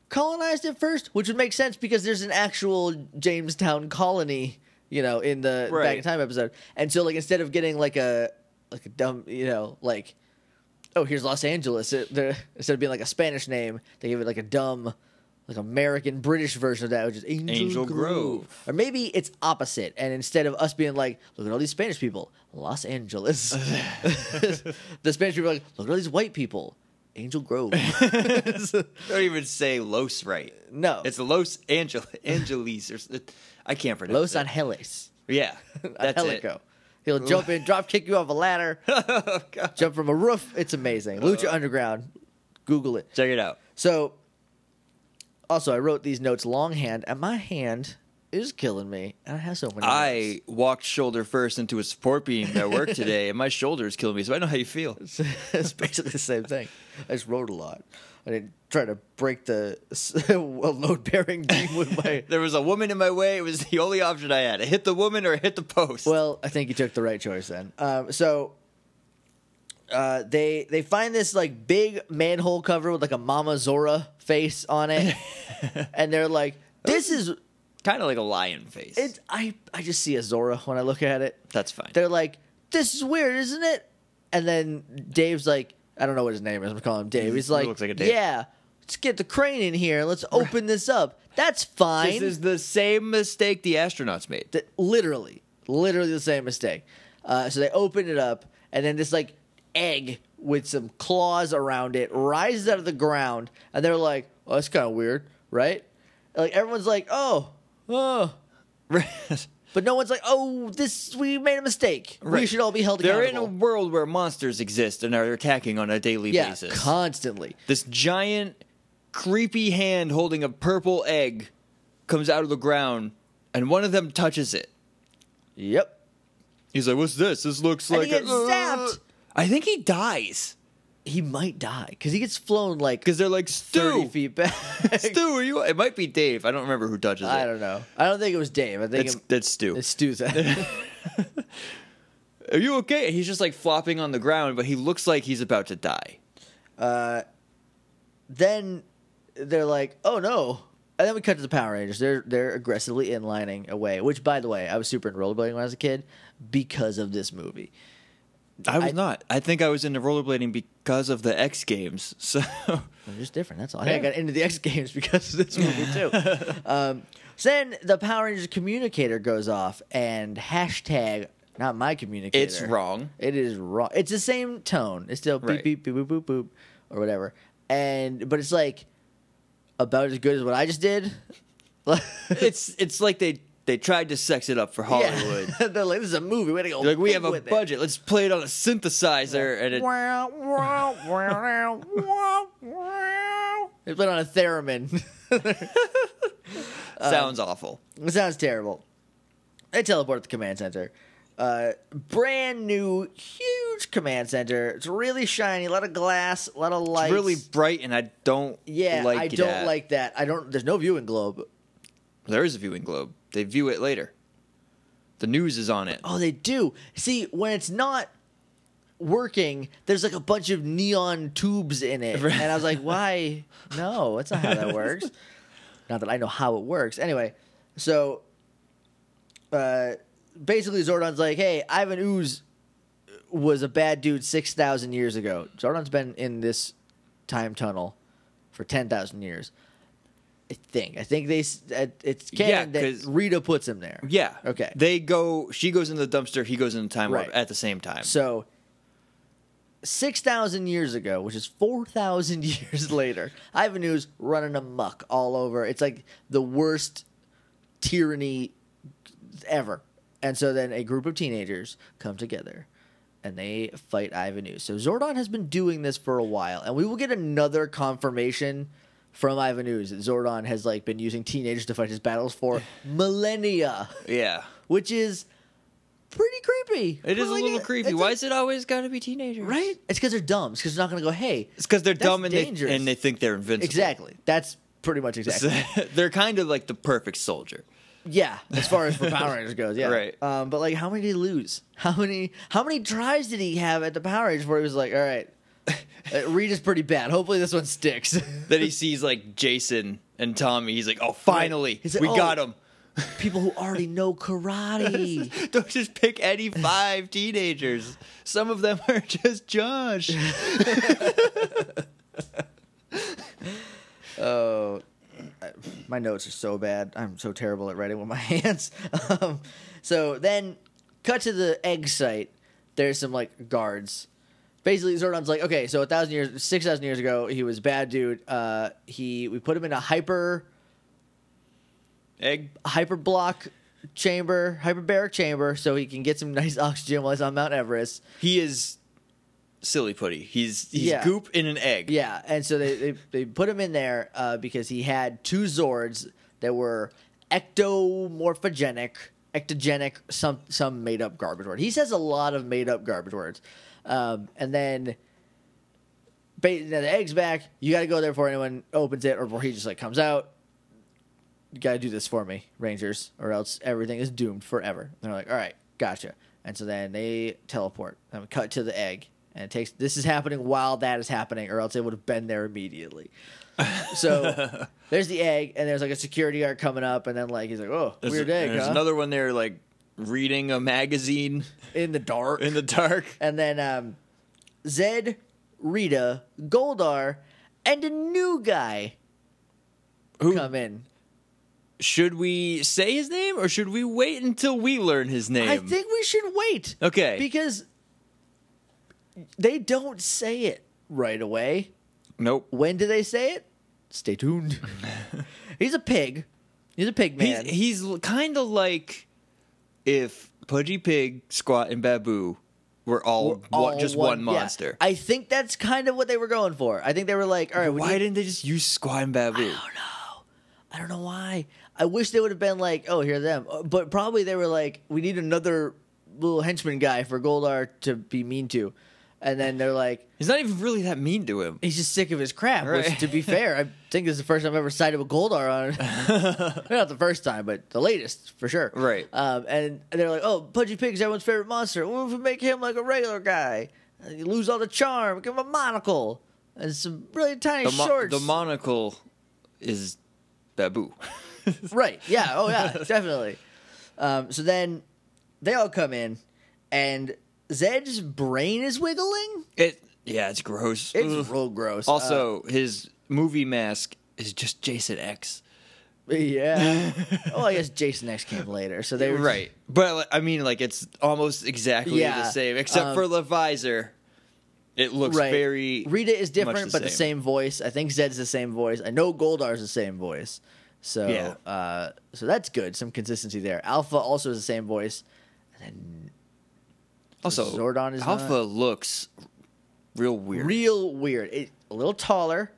[SPEAKER 1] colonized it first, which would make sense because there's an actual Jamestown colony, you know, in the back in
[SPEAKER 2] Right.
[SPEAKER 1] time episode. And so like instead of getting like a like a dumb you know like oh, here's Los Angeles. It, the, instead of being like a Spanish name, they gave it like a dumb, like American British version of that, which is Angel,
[SPEAKER 2] Angel
[SPEAKER 1] Grove.
[SPEAKER 2] Grove.
[SPEAKER 1] Or maybe it's opposite, and instead of us being like, look at all these Spanish people, Los Angeles. the Spanish people are like, look at all these white people, Angel Grove.
[SPEAKER 2] don't even say los right
[SPEAKER 1] No,
[SPEAKER 2] it's los Angel- angeles or s- i can't
[SPEAKER 1] Los
[SPEAKER 2] pronounce it.
[SPEAKER 1] Angeles.
[SPEAKER 2] yeah that's
[SPEAKER 1] Angelico. He'll jump in, drop kick you off a ladder,
[SPEAKER 2] it Oh, God. Uh.
[SPEAKER 1] jump from a roof. It's amazing. Lucha Underground. Google it.
[SPEAKER 2] check it out
[SPEAKER 1] So, also, I wrote these notes longhand, and my hand is killing me. And I have so many.
[SPEAKER 2] I walked shoulder first into a support beam at work today, and my shoulder is killing me. So I know how you feel.
[SPEAKER 1] notes. it's basically the same thing. I just rode a lot. I didn't try to break the load bearing beam with my.
[SPEAKER 2] There was a woman in my way. It was the only option I had: hit the woman or hit the post.
[SPEAKER 1] Well, I think you took the right choice then. Um, so uh, they they find this like big manhole cover with like a Mama Zora face on it, and they're like, "This is
[SPEAKER 2] kind of like a lion face.
[SPEAKER 1] it." I I just see a Zora when I look at it.
[SPEAKER 2] That's fine.
[SPEAKER 1] They're like, "This is weird, isn't it?" And then Dave's like, "I don't know what his name is. I'm calling him Dave." He's like,
[SPEAKER 2] looks like a Dave.
[SPEAKER 1] "Yeah, let's get the crane in here. Let's open this up. That's fine."
[SPEAKER 2] This is the same mistake the astronauts made.
[SPEAKER 1] that literally, literally the same mistake. Uh, so they open it up, and then this like egg with some claws around it rises out of the ground, and they're like, "Oh, that's kind of weird, right?" Like everyone's like, "Oh, oh," but no one's like, "Oh, this we made a mistake. We
[SPEAKER 2] Right.
[SPEAKER 1] should all be held
[SPEAKER 2] They're
[SPEAKER 1] accountable."
[SPEAKER 2] in a world where monsters exist and are attacking on a daily
[SPEAKER 1] yeah,
[SPEAKER 2] basis.
[SPEAKER 1] constantly.
[SPEAKER 2] this giant, creepy hand holding a purple egg comes out of the ground, and one of them touches it.
[SPEAKER 1] Yep.
[SPEAKER 2] He's like, "What's this? This looks
[SPEAKER 1] And
[SPEAKER 2] like
[SPEAKER 1] he gets
[SPEAKER 2] a- uh,
[SPEAKER 1] zapped.
[SPEAKER 2] I think he dies
[SPEAKER 1] He might die because he gets flown like
[SPEAKER 2] because they're like,
[SPEAKER 1] thirty
[SPEAKER 2] "Stu,
[SPEAKER 1] feet back.
[SPEAKER 2] Stu, are you?" It might be Dave. I don't remember who touches it.
[SPEAKER 1] I don't know. I don't think it was Dave. I think
[SPEAKER 2] That's,
[SPEAKER 1] it,
[SPEAKER 2] that's Stu.
[SPEAKER 1] it's Stu's.
[SPEAKER 2] Are you okay? He's just like flopping on the ground, but he looks like he's about to die.
[SPEAKER 1] Uh, then they're like, "Oh no!" And then we cut to the Power Rangers. They're they're aggressively inlining away. Which, by the way, I was super into rollerblading when I was a kid because of this movie.
[SPEAKER 2] I was
[SPEAKER 1] I-
[SPEAKER 2] not. I think I was into rollerblading because of the X Games. So
[SPEAKER 1] They're just different. That's all. I think I got into the X Games because of this movie too. um, so then the Power Rangers communicator goes off and hashtag not my communicator.
[SPEAKER 2] it's wrong.
[SPEAKER 1] It is wrong. It's the same tone. It's still beep
[SPEAKER 2] Right.
[SPEAKER 1] beep beep boop boop boop or whatever. And but it's like about as good as what I just did.
[SPEAKER 2] It's it's like they they tried to sex it up for
[SPEAKER 1] Yeah.
[SPEAKER 2] Hollywood.
[SPEAKER 1] They're like, this is a movie. Way to go.
[SPEAKER 2] They're like we
[SPEAKER 1] big
[SPEAKER 2] have a
[SPEAKER 1] with it."
[SPEAKER 2] budget. Let's play it on a synthesizer and it,
[SPEAKER 1] They put on a theremin.
[SPEAKER 2] sounds
[SPEAKER 1] Uh,
[SPEAKER 2] awful.
[SPEAKER 1] it sounds terrible. They teleport to the command center. Uh, brand new, huge command center. It's really shiny. A lot of glass. A lot of lights.
[SPEAKER 2] It's really bright, and I don't
[SPEAKER 1] Yeah,
[SPEAKER 2] like
[SPEAKER 1] I
[SPEAKER 2] it
[SPEAKER 1] don't
[SPEAKER 2] at-
[SPEAKER 1] like that. I don't. There's no viewing globe.
[SPEAKER 2] There is a viewing globe. They view it later. The news is on it.
[SPEAKER 1] Oh, they do. See, when it's not working, there's like a bunch of neon tubes in it.
[SPEAKER 2] Right.
[SPEAKER 1] And I was like, why? No, that's not how that works. not that I know how it works. Anyway, so uh, basically, Zordon's like, hey, Ivan Ooze was a bad dude 6,000 years ago. Zordon's been in this time tunnel for 10,000 years. I think. I think they. s- that- It's
[SPEAKER 2] Yeah,
[SPEAKER 1] canon that
[SPEAKER 2] 'cause-
[SPEAKER 1] Rita puts him there.
[SPEAKER 2] Yeah.
[SPEAKER 1] Okay.
[SPEAKER 2] They go. She goes in the dumpster. He goes in the time
[SPEAKER 1] Right.
[SPEAKER 2] warp at the same time.
[SPEAKER 1] So, 6,000 years ago, which is 4,000 years later, Ivan Ooze running amok all over. It's like the worst tyranny ever. And so then a group of teenagers come together and they fight Ivan Ooze. So Zordon has been doing this for a while, and we will get another confirmation from Ivan Ooze that Zordon has like been using teenagers to fight his battles for millennia
[SPEAKER 2] yeah.
[SPEAKER 1] which is pretty creepy.
[SPEAKER 2] It is a little creepy. Why
[SPEAKER 1] Why?
[SPEAKER 2] is it always got to be teenagers?
[SPEAKER 1] right? It's because they're dumb. It's because they're not going to go, hey,
[SPEAKER 2] It's because they're
[SPEAKER 1] That's
[SPEAKER 2] dumb and they,
[SPEAKER 1] dangerous.
[SPEAKER 2] and they think they're invincible.
[SPEAKER 1] exactly. That's pretty much exactly.
[SPEAKER 2] they're kind of like the perfect soldier.
[SPEAKER 1] yeah, as far as for Power Rangers goes, yeah.
[SPEAKER 2] Right.
[SPEAKER 1] Um, but like, how many did he lose? How many? How many tries did he have at the Power Rangers where he was like, all right, uh, Reed is pretty bad. Hopefully this one sticks.
[SPEAKER 2] Then he sees like Jason and Tommy. He's like, oh, finally,
[SPEAKER 1] He's like,
[SPEAKER 2] we
[SPEAKER 1] "Oh."
[SPEAKER 2] got him.
[SPEAKER 1] People who already know karate.
[SPEAKER 2] Don't just pick any five teenagers. Some of them are just Josh.
[SPEAKER 1] Oh, I- my notes are so bad. I'm so terrible at writing with my hands. Um, so then, cut to the egg site. There's some like guards. Basically, Zordon's like, okay, so a thousand years, six thousand years ago, he was a bad dude. Uh, he we put him in a hyper
[SPEAKER 2] Egg.
[SPEAKER 1] hyper block chamber, hyperbaric chamber, so he can get some nice oxygen while he's on Mount Everest.
[SPEAKER 2] He is silly putty. He's he's
[SPEAKER 1] Yeah.
[SPEAKER 2] goop in an egg.
[SPEAKER 1] Yeah, and so they they, they put him in there uh, because he had two Zords that were ectomorphogenic, ectogenic, some some made up garbage word. He says a lot of made up garbage words, um, and then. Ba- now the egg's back. You got to go there before anyone opens it, or before he just like comes out. You got to do this for me, Rangers, or else everything is doomed forever. And they're like, all right, gotcha. And so then they teleport. And we cut to the egg, and it takes. This is happening while that is happening, or else they would have been there immediately. So there's the egg, and there's like a security guard coming up, and then like he's like, oh,
[SPEAKER 2] There's
[SPEAKER 1] weird
[SPEAKER 2] a-
[SPEAKER 1] egg,
[SPEAKER 2] There's
[SPEAKER 1] huh?
[SPEAKER 2] another one there, like reading a magazine
[SPEAKER 1] in the dark.
[SPEAKER 2] in the dark.
[SPEAKER 1] and then um, Zed, Rita, Goldar, and a new guy
[SPEAKER 2] Who
[SPEAKER 1] come in.
[SPEAKER 2] should we say his name, or should we wait until we learn his name?
[SPEAKER 1] I think we should wait.
[SPEAKER 2] Okay.
[SPEAKER 1] Because they don't say it right away.
[SPEAKER 2] nope.
[SPEAKER 1] When do they say it? Stay tuned. He's a pig. He's a pig man.
[SPEAKER 2] He's he's kind of like if Pudgy Pig, Squat, and Babu were all, one,
[SPEAKER 1] All
[SPEAKER 2] just one,
[SPEAKER 1] yeah.
[SPEAKER 2] monster.
[SPEAKER 1] I think that's kind of what they were going for. I think they were like, all right, we
[SPEAKER 2] Why
[SPEAKER 1] need-
[SPEAKER 2] didn't they just use Squat and Babu?
[SPEAKER 1] I don't know. I don't know why. I wish they would have been like, oh, here are them. Uh, But probably they were like, we need another little henchman guy for Goldar to be mean to. And then they're like,
[SPEAKER 2] He's not even really that mean to him.
[SPEAKER 1] he's just sick of his crap. Which,
[SPEAKER 2] Right.
[SPEAKER 1] to be fair, I think this is the first time I've ever sided with Goldar on. Not the first time, but the latest for sure.
[SPEAKER 2] Right.
[SPEAKER 1] Um, and they're like, "Oh, Pudgy Pig's everyone's favorite monster. What if we make him like a regular guy? Uh, You lose all the charm. Give him a monocle and some really tiny
[SPEAKER 2] The, mo-
[SPEAKER 1] shorts.
[SPEAKER 2] the monocle is Babu.
[SPEAKER 1] Right. Yeah. Oh, yeah. definitely. Um, so then they all come in, and Zed's brain is wiggling.
[SPEAKER 2] It yeah, it's gross.
[SPEAKER 1] It's
[SPEAKER 2] Ugh.
[SPEAKER 1] real gross. Uh,
[SPEAKER 2] Mm. also his movie mask is just Jason X.
[SPEAKER 1] Uh, yeah. oh, I guess Jason X came later, so they were
[SPEAKER 2] Right, but I mean, like it's almost exactly
[SPEAKER 1] Yeah,
[SPEAKER 2] the same, except
[SPEAKER 1] um,
[SPEAKER 2] for the visor. It looks
[SPEAKER 1] right.
[SPEAKER 2] very
[SPEAKER 1] Rita is
[SPEAKER 2] much
[SPEAKER 1] different, but the same voice. I think Zed's the same voice. I know Goldar's the same voice. So
[SPEAKER 2] Yeah.
[SPEAKER 1] uh, so that's good. Some consistency there. Alpha also is the same voice.
[SPEAKER 2] Also,
[SPEAKER 1] Zordon is
[SPEAKER 2] Alpha
[SPEAKER 1] not-
[SPEAKER 2] looks real weird.
[SPEAKER 1] Real weird. It, a little taller,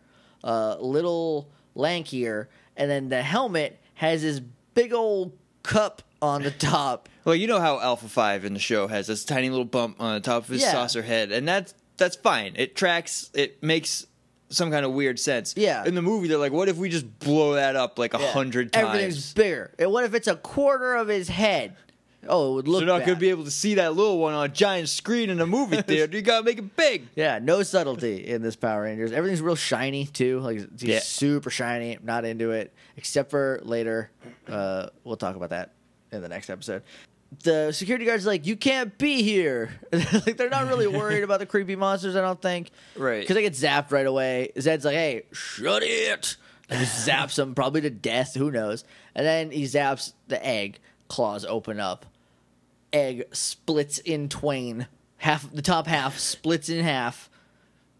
[SPEAKER 1] uh, a little lankier, and then the helmet has this big old cup on the top.
[SPEAKER 2] well, you know how Alpha Five in the show has this tiny little bump on the top of his
[SPEAKER 1] Yeah.
[SPEAKER 2] saucer head, and that's that's fine. It tracks. It makes some kind of weird sense.
[SPEAKER 1] Yeah.
[SPEAKER 2] In the movie, they're like, "What if we just blow that up like a
[SPEAKER 1] Yeah.
[SPEAKER 2] hundred
[SPEAKER 1] Everything's
[SPEAKER 2] times?"
[SPEAKER 1] bigger. And what if it's a quarter of his head? Oh, it would look.
[SPEAKER 2] They're not
[SPEAKER 1] bad.
[SPEAKER 2] going to be able to see that little one on a giant screen in a movie theater. You got to make it big.
[SPEAKER 1] Yeah, no subtlety in this Power Rangers. Everything's real shiny too. Like it's
[SPEAKER 2] Yeah.
[SPEAKER 1] super shiny. I'm not into it, except for later. Uh, we'll talk about that in the next episode. The security guards like, you can't be here. like they're not really worried about the creepy monsters. I don't think.
[SPEAKER 2] Right.
[SPEAKER 1] Because they get zapped right away. Zed's like, hey, shut it. And he zaps him probably to death. Who knows? And then he zaps the egg. Claws open up egg splits in twain. Half the top half splits in half.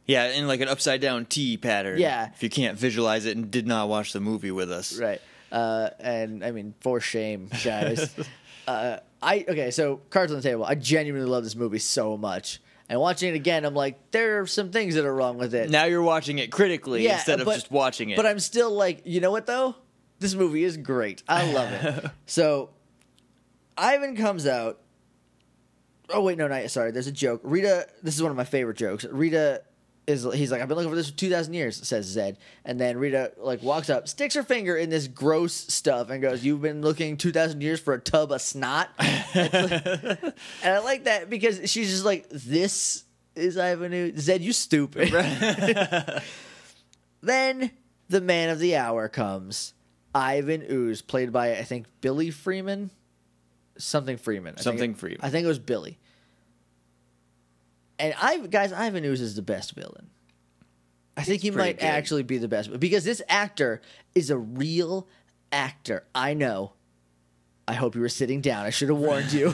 [SPEAKER 2] Yeah, in like an upside down T pattern.
[SPEAKER 1] Yeah.
[SPEAKER 2] If you can't visualize it and did not watch the movie with us.
[SPEAKER 1] Right. Uh, and I mean, for shame, guys. uh, I okay. So cards on the table. I genuinely love this movie so much. And watching it again, I'm like, there are some things that are wrong with it.
[SPEAKER 2] Now you're watching it critically instead of
[SPEAKER 1] but-
[SPEAKER 2] just watching it.
[SPEAKER 1] But I'm still like, you know what though? This movie is great. I love it. so Ivan comes out. Oh wait, no, not yet. sorry. There's a joke. Rita, this is one of my favorite jokes. Rita is he's like, I've been looking for this for two thousand years, says Zed. And then Rita like walks up, sticks her finger in this gross stuff, and goes, You've been looking two thousand years for a tub of snot. And I like that because she's just like, this is Ivan Nu- Zed, you stupid. then the man of the hour comes. Ivan Ooze, played by, I think, Billy Freeman? Something Freeman. I think
[SPEAKER 2] Something
[SPEAKER 1] it-
[SPEAKER 2] Freeman.
[SPEAKER 1] I think it was Billy. And I, guys, Ivan Ooze is the best villain. I think he
[SPEAKER 2] pretty
[SPEAKER 1] might
[SPEAKER 2] good.
[SPEAKER 1] actually be the best because this actor is a real actor. I know. I hope you were sitting down. I should have warned you.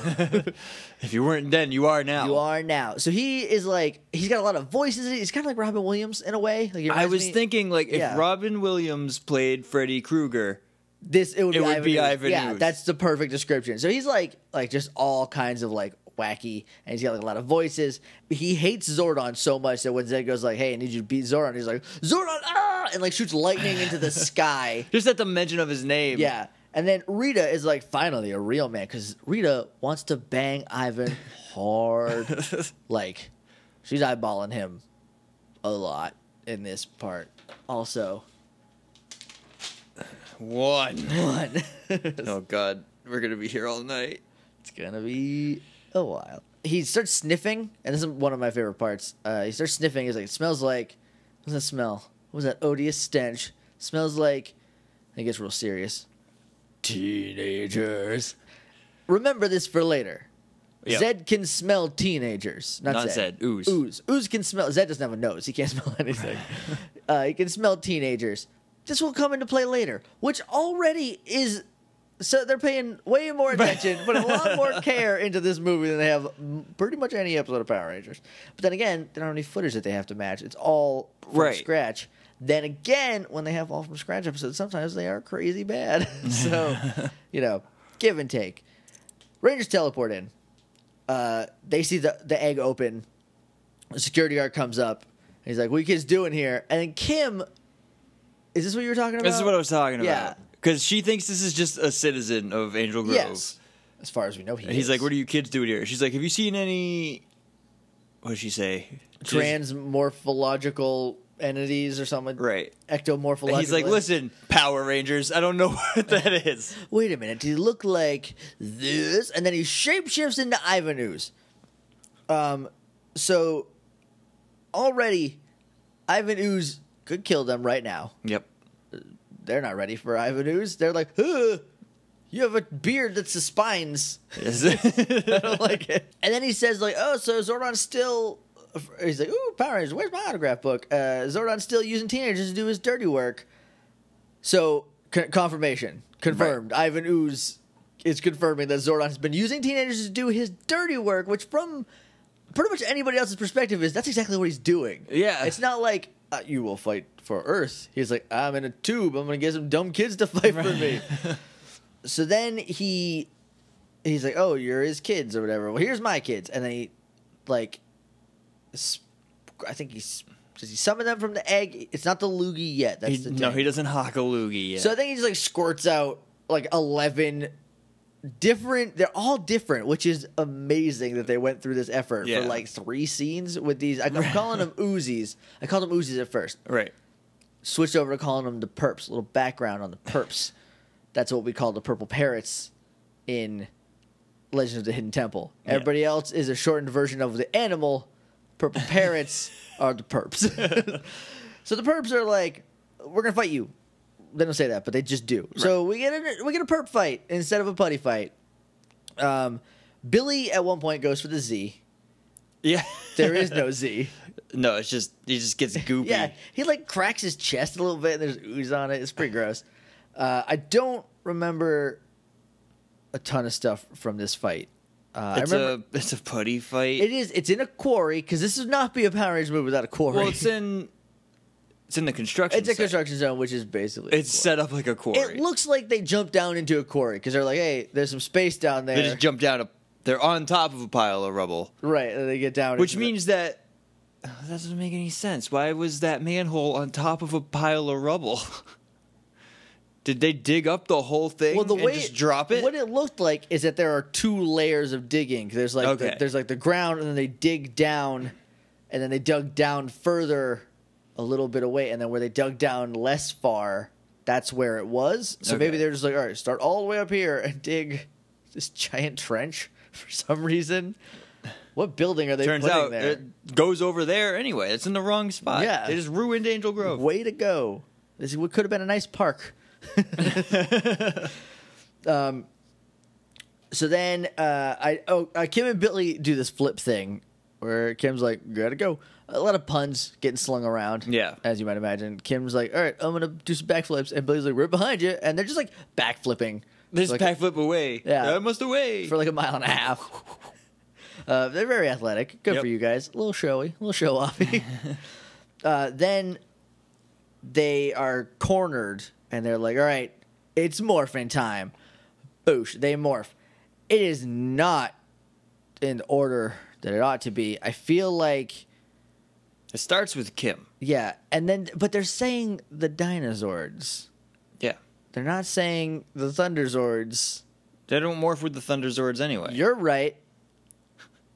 [SPEAKER 2] if you weren't then, you are now.
[SPEAKER 1] You are now. So he is like he's got a lot of voices. He's kind of like Robin Williams in a way. Like he
[SPEAKER 2] I
[SPEAKER 1] reminds
[SPEAKER 2] was
[SPEAKER 1] me-
[SPEAKER 2] thinking like if
[SPEAKER 1] Yeah.
[SPEAKER 2] Robin Williams played Freddy Krueger,
[SPEAKER 1] this it would,
[SPEAKER 2] it
[SPEAKER 1] be,
[SPEAKER 2] would
[SPEAKER 1] Ivan
[SPEAKER 2] be
[SPEAKER 1] Ooze.
[SPEAKER 2] Ivan
[SPEAKER 1] Yeah,
[SPEAKER 2] Ooze.
[SPEAKER 1] that's the perfect description. So he's like like just all kinds of like wacky, and he's got like a lot of voices. He hates Zordon so much that when Zed goes like, "Hey, I need you to beat Zordon," he's like, "Zordon!" ah!" and like shoots lightning into the sky.
[SPEAKER 2] just at the mention of his name,
[SPEAKER 1] Yeah. And then Rita is like finally a real man because Rita wants to bang Ivan hard. like, she's eyeballing him a lot in this part. Also,
[SPEAKER 2] One.
[SPEAKER 1] one.
[SPEAKER 2] Oh God, we're gonna be here all night.
[SPEAKER 1] It's gonna be a while. He starts sniffing, and this is one of my favorite parts. Uh, he starts sniffing. He's like, it smells like. What's that smell? What was that odious stench? smells like. And it gets real serious. Teenagers. Remember this for later.
[SPEAKER 2] Yeah.
[SPEAKER 1] Zed can smell teenagers. Not,
[SPEAKER 2] Not
[SPEAKER 1] Zed.
[SPEAKER 2] Zed, Ooze.
[SPEAKER 1] Ooze. Ooze can smell. Zed doesn't have a nose. He can't smell anything. uh, he can smell teenagers. This will come into play later, which already is. So they're paying way more attention, but a lot more care into this movie than they have m- pretty much any episode of Power Rangers. But then again, they don't have any footage that they have to match. It's all from
[SPEAKER 2] Right.
[SPEAKER 1] scratch. Then again, when they have all from scratch episodes, sometimes they are crazy bad. so, you know, give and take. Rangers teleport in. Uh, they see the, the egg open. The security guard comes up. And he's like, what you kids doing here? And then Kim, is this what you were talking about?
[SPEAKER 2] This is what I was talking about.
[SPEAKER 1] Yeah.
[SPEAKER 2] Because she thinks this is just a citizen of Angel Grove.
[SPEAKER 1] Yes. As far as we know, he
[SPEAKER 2] And he's
[SPEAKER 1] is.
[SPEAKER 2] like, "What do you kids doing here?" She's like, "Have you seen any?" What did she say? She's-
[SPEAKER 1] Transmorphological entities or something.
[SPEAKER 2] Right. And
[SPEAKER 1] Ectomorphological.
[SPEAKER 2] he's like, "Listen, Power Rangers. I don't know what that is."
[SPEAKER 1] wait a minute, do you look like this? And then he shapeshifts into Ivan Ooze. Um, so already, Ivan Ooze could kill them right now.
[SPEAKER 2] Yep.
[SPEAKER 1] They're not ready for Ivan Ooze. They're like, huh, you have a beard that's the spines. I don't like it. And then he says, like, oh, so Zordon's still. He's like, ooh, Power Rangers, where's my autograph book? Uh, Zordon's still using teenagers to do his dirty work. So, con- confirmation. Confirmed. Ivan Ooze is confirming that Zordon has been using teenagers to do his dirty work, which, from pretty much anybody else's perspective, is that's exactly what he's doing.
[SPEAKER 2] Yeah.
[SPEAKER 1] It's not like. Uh, you will fight for Earth. He's like, I'm in a tube. I'm gonna get some dumb kids to fight for me. so then he he's like, "Oh, you're his kids or whatever." Well, here's my kids, and then he, like, s- I think he's does he summon them from the egg? It's not the loogie yet. That's
[SPEAKER 2] He-
[SPEAKER 1] the
[SPEAKER 2] no,
[SPEAKER 1] thing.
[SPEAKER 2] he doesn't hock a loogie yet.
[SPEAKER 1] So I think he just like squirts out like eleven different. They're all different, which is amazing that they went through this effort
[SPEAKER 2] Yeah.
[SPEAKER 1] for like three scenes with these. I, I'm calling them Uzis. I called them Uzis at first
[SPEAKER 2] right.
[SPEAKER 1] switched over to calling them the perps. A little background on the perps. That's what we call the purple parrots in Legends of the Hidden Temple.
[SPEAKER 2] Yeah.
[SPEAKER 1] Everybody else is a shortened version of the animal. Purple parrots are the perps. so the perps are like, we're gonna fight you. They don't say that, but they just do. So we get a we get a perp fight instead of a putty fight. Um, Billy at one point goes for the Z.
[SPEAKER 2] Yeah.
[SPEAKER 1] There is no Z.
[SPEAKER 2] no, it's just he just gets goopy.
[SPEAKER 1] Yeah, he like cracks his chest a little bit, and there's ooze on it. It's pretty gross. Uh, I don't remember a ton of stuff from this fight. Uh,
[SPEAKER 2] It's
[SPEAKER 1] I remember
[SPEAKER 2] a it's a putty fight.
[SPEAKER 1] it is it's in a quarry because this would not be a Power Rangers movie without a quarry.
[SPEAKER 2] well, it's in it's in the construction.
[SPEAKER 1] It's a
[SPEAKER 2] site.
[SPEAKER 1] construction zone, which is basically a
[SPEAKER 2] It's
[SPEAKER 1] quarry.
[SPEAKER 2] set up like a quarry.
[SPEAKER 1] It looks like they jumped down into a quarry because they're like, "Hey, there's some space down there."
[SPEAKER 2] They just jump down. A, they're on top of a pile of rubble,
[SPEAKER 1] right, and they get down,
[SPEAKER 2] which
[SPEAKER 1] into the-
[SPEAKER 2] means that that doesn't make any sense. Why was that manhole on top of a pile of rubble? Did they dig up the whole thing
[SPEAKER 1] well, the
[SPEAKER 2] and
[SPEAKER 1] way
[SPEAKER 2] just drop it?
[SPEAKER 1] What it looked like is that there are two layers of digging. There's like the,
[SPEAKER 2] Okay.
[SPEAKER 1] there's like the ground, and then they dig down, and then they dug down further a little bit away, and then where they dug down less far, that's where it was. So maybe
[SPEAKER 2] Okay.
[SPEAKER 1] they're just like, all right, start all the way up here and dig this giant trench for some reason. What building are they
[SPEAKER 2] Turns
[SPEAKER 1] putting
[SPEAKER 2] out uh,
[SPEAKER 1] there?
[SPEAKER 2] it goes over there anyway. It's in the wrong spot.
[SPEAKER 1] Yeah.
[SPEAKER 2] they just ruined Angel Grove.
[SPEAKER 1] Way to go! This is what could have been a nice park. um, so then uh, I oh uh, Kim and Billy do this flip thing where Kim's like gotta go. A lot of puns getting slung around.
[SPEAKER 2] Yeah.
[SPEAKER 1] as you might imagine. Kim's like, all right, I'm gonna do some backflips, and Billy's like, we're behind you, and they're just like backflipping.
[SPEAKER 2] This
[SPEAKER 1] like,
[SPEAKER 2] backflip away.
[SPEAKER 1] Yeah.
[SPEAKER 2] I must away.
[SPEAKER 1] for like a mile and a half. Uh, they're very athletic. Good
[SPEAKER 2] Yep.
[SPEAKER 1] for you guys. A little showy, a little show offy. uh, then they are cornered and they're like, all right, it's morphing time. Boosh, they morph. It is not in the order that it ought to be. I feel like,
[SPEAKER 2] it starts with Kim.
[SPEAKER 1] yeah. And then, but they're saying the dinosaurs.
[SPEAKER 2] Yeah,
[SPEAKER 1] They're not saying the Thunderzords.
[SPEAKER 2] They don't morph with the Thunderzords anyway.
[SPEAKER 1] You're right.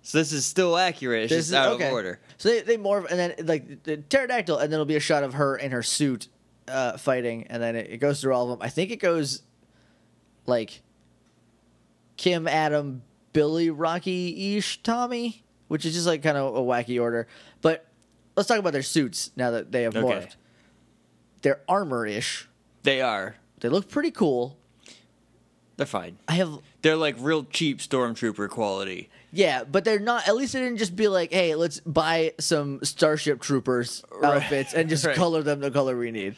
[SPEAKER 2] So this is still accurate. It's
[SPEAKER 1] This
[SPEAKER 2] just
[SPEAKER 1] is-
[SPEAKER 2] out
[SPEAKER 1] okay.
[SPEAKER 2] of order.
[SPEAKER 1] So they, they morph, and then like the pterodactyl, and then it'll be a shot of her in her suit uh, fighting, and then it, it goes through all of them. I think it goes like Kim, Adam, Billy, Rocky, Ish, Tommy, which is just like kind of a wacky order. But let's talk about their suits now that they have
[SPEAKER 2] Okay.
[SPEAKER 1] morphed. They're armor ish.
[SPEAKER 2] They are.
[SPEAKER 1] They look pretty cool.
[SPEAKER 2] They're fine.
[SPEAKER 1] I have
[SPEAKER 2] They're like real cheap stormtrooper quality.
[SPEAKER 1] Yeah, but they're not. At least they didn't just be like, "Hey, let's buy some Starship Troopers
[SPEAKER 2] Right.
[SPEAKER 1] outfits and just
[SPEAKER 2] Right.
[SPEAKER 1] color them the color we need."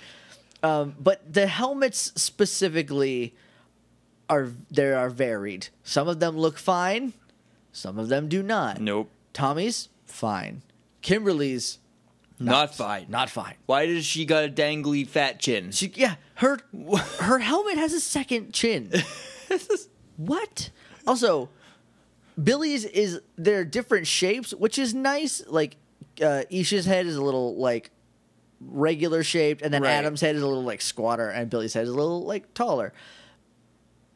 [SPEAKER 1] Um, but the helmets specifically are they are varied. Some of them look fine, some of them do not.
[SPEAKER 2] Nope.
[SPEAKER 1] Tommy's fine. Kimberly's
[SPEAKER 2] Not, fine.
[SPEAKER 1] not fine.
[SPEAKER 2] Why does she got a dangly fat chin?
[SPEAKER 1] She, yeah, her her helmet has a second chin. what? Also, Billy's is they're different shapes, which is nice. Like uh, Isha's head is a little like regular shaped, and then
[SPEAKER 2] Right.
[SPEAKER 1] Adam's head is a little like squatter, and Billy's head is a little like taller.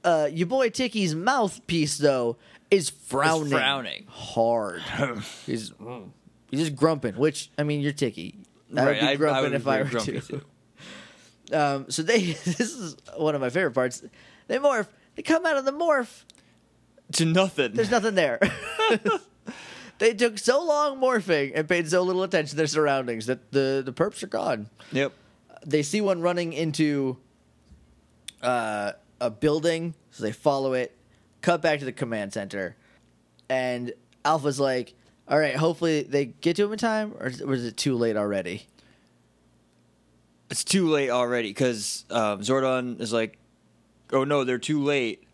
[SPEAKER 1] Uh, your boy Ticky's mouthpiece though is frowning,
[SPEAKER 2] frowning.
[SPEAKER 1] hard. he's he's just grumping. Which I mean, you're Ticky. Mm. I would
[SPEAKER 2] Right,
[SPEAKER 1] be grumping
[SPEAKER 2] would
[SPEAKER 1] if I
[SPEAKER 2] be
[SPEAKER 1] were
[SPEAKER 2] grumpy
[SPEAKER 1] too. Um, so they this is one of my favorite parts. They morph. They come out of the morph.
[SPEAKER 2] To nothing.
[SPEAKER 1] There's nothing there. they took so long morphing and paid so little attention to their surroundings that the the perps are gone.
[SPEAKER 2] Yep.
[SPEAKER 1] They see one running into uh, a building, so they follow it. Cut back to the command center, and Alpha's like, "All right, hopefully they get to him in time, or is- or is it too late already?"
[SPEAKER 2] It's too late already because um, Zordon is like, oh no, they're too late.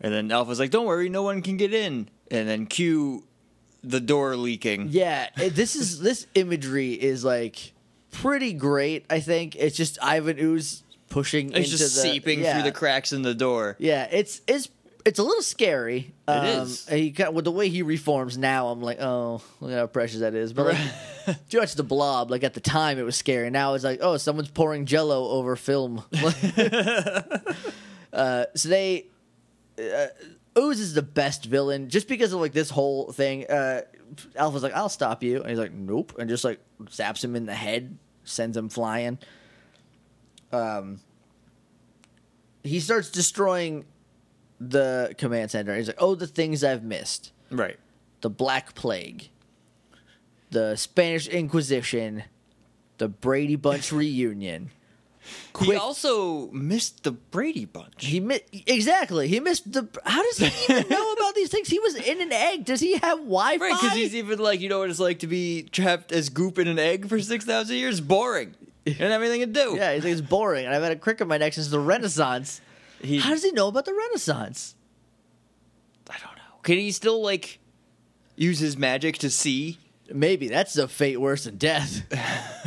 [SPEAKER 2] And then Alpha's like, don't worry, no one can get in. And then cue the door leaking.
[SPEAKER 1] Yeah, it- this is this imagery is like pretty great. I think it's just Ivan Ooze pushing
[SPEAKER 2] It's
[SPEAKER 1] into
[SPEAKER 2] just
[SPEAKER 1] the,
[SPEAKER 2] seeping
[SPEAKER 1] yeah.
[SPEAKER 2] through the cracks in the door.
[SPEAKER 1] Yeah, it's it's it's a little scary. It is.
[SPEAKER 2] is.
[SPEAKER 1] He kind with the way he reforms now. I'm like, oh, look at how precious that is. But like, judge the blob. Like at the time, it was scary. Now it's like, oh, someone's pouring Jello over film. uh, so they. Uh, Ooze is the best villain just because of like this whole thing. Uh, Alpha's like, I'll stop you, and he's like, nope, and just like zaps him in the head, sends him flying. Um, he starts destroying the command center. He's like, "Oh, the things I've missed:
[SPEAKER 2] Right.
[SPEAKER 1] the Black Plague, the Spanish Inquisition, the Brady Bunch reunion."
[SPEAKER 2] He
[SPEAKER 1] Quick,
[SPEAKER 2] also missed the Brady Bunch.
[SPEAKER 1] he, mi exactly. He missed the. How does he even know about these things? He was in an egg. Does he have Wi-Fi?
[SPEAKER 2] Right, because he's even like, you know what it's like to be trapped as goop in an egg for 6,000 years? Boring. You don't have anything to do.
[SPEAKER 1] yeah, he's like, it's boring, and I've had a crick in my neck since the Renaissance.
[SPEAKER 2] He,
[SPEAKER 1] How does he know about the Renaissance?
[SPEAKER 2] I don't know. Can he still, like, use his magic to see?
[SPEAKER 1] Maybe that's a fate worse than death.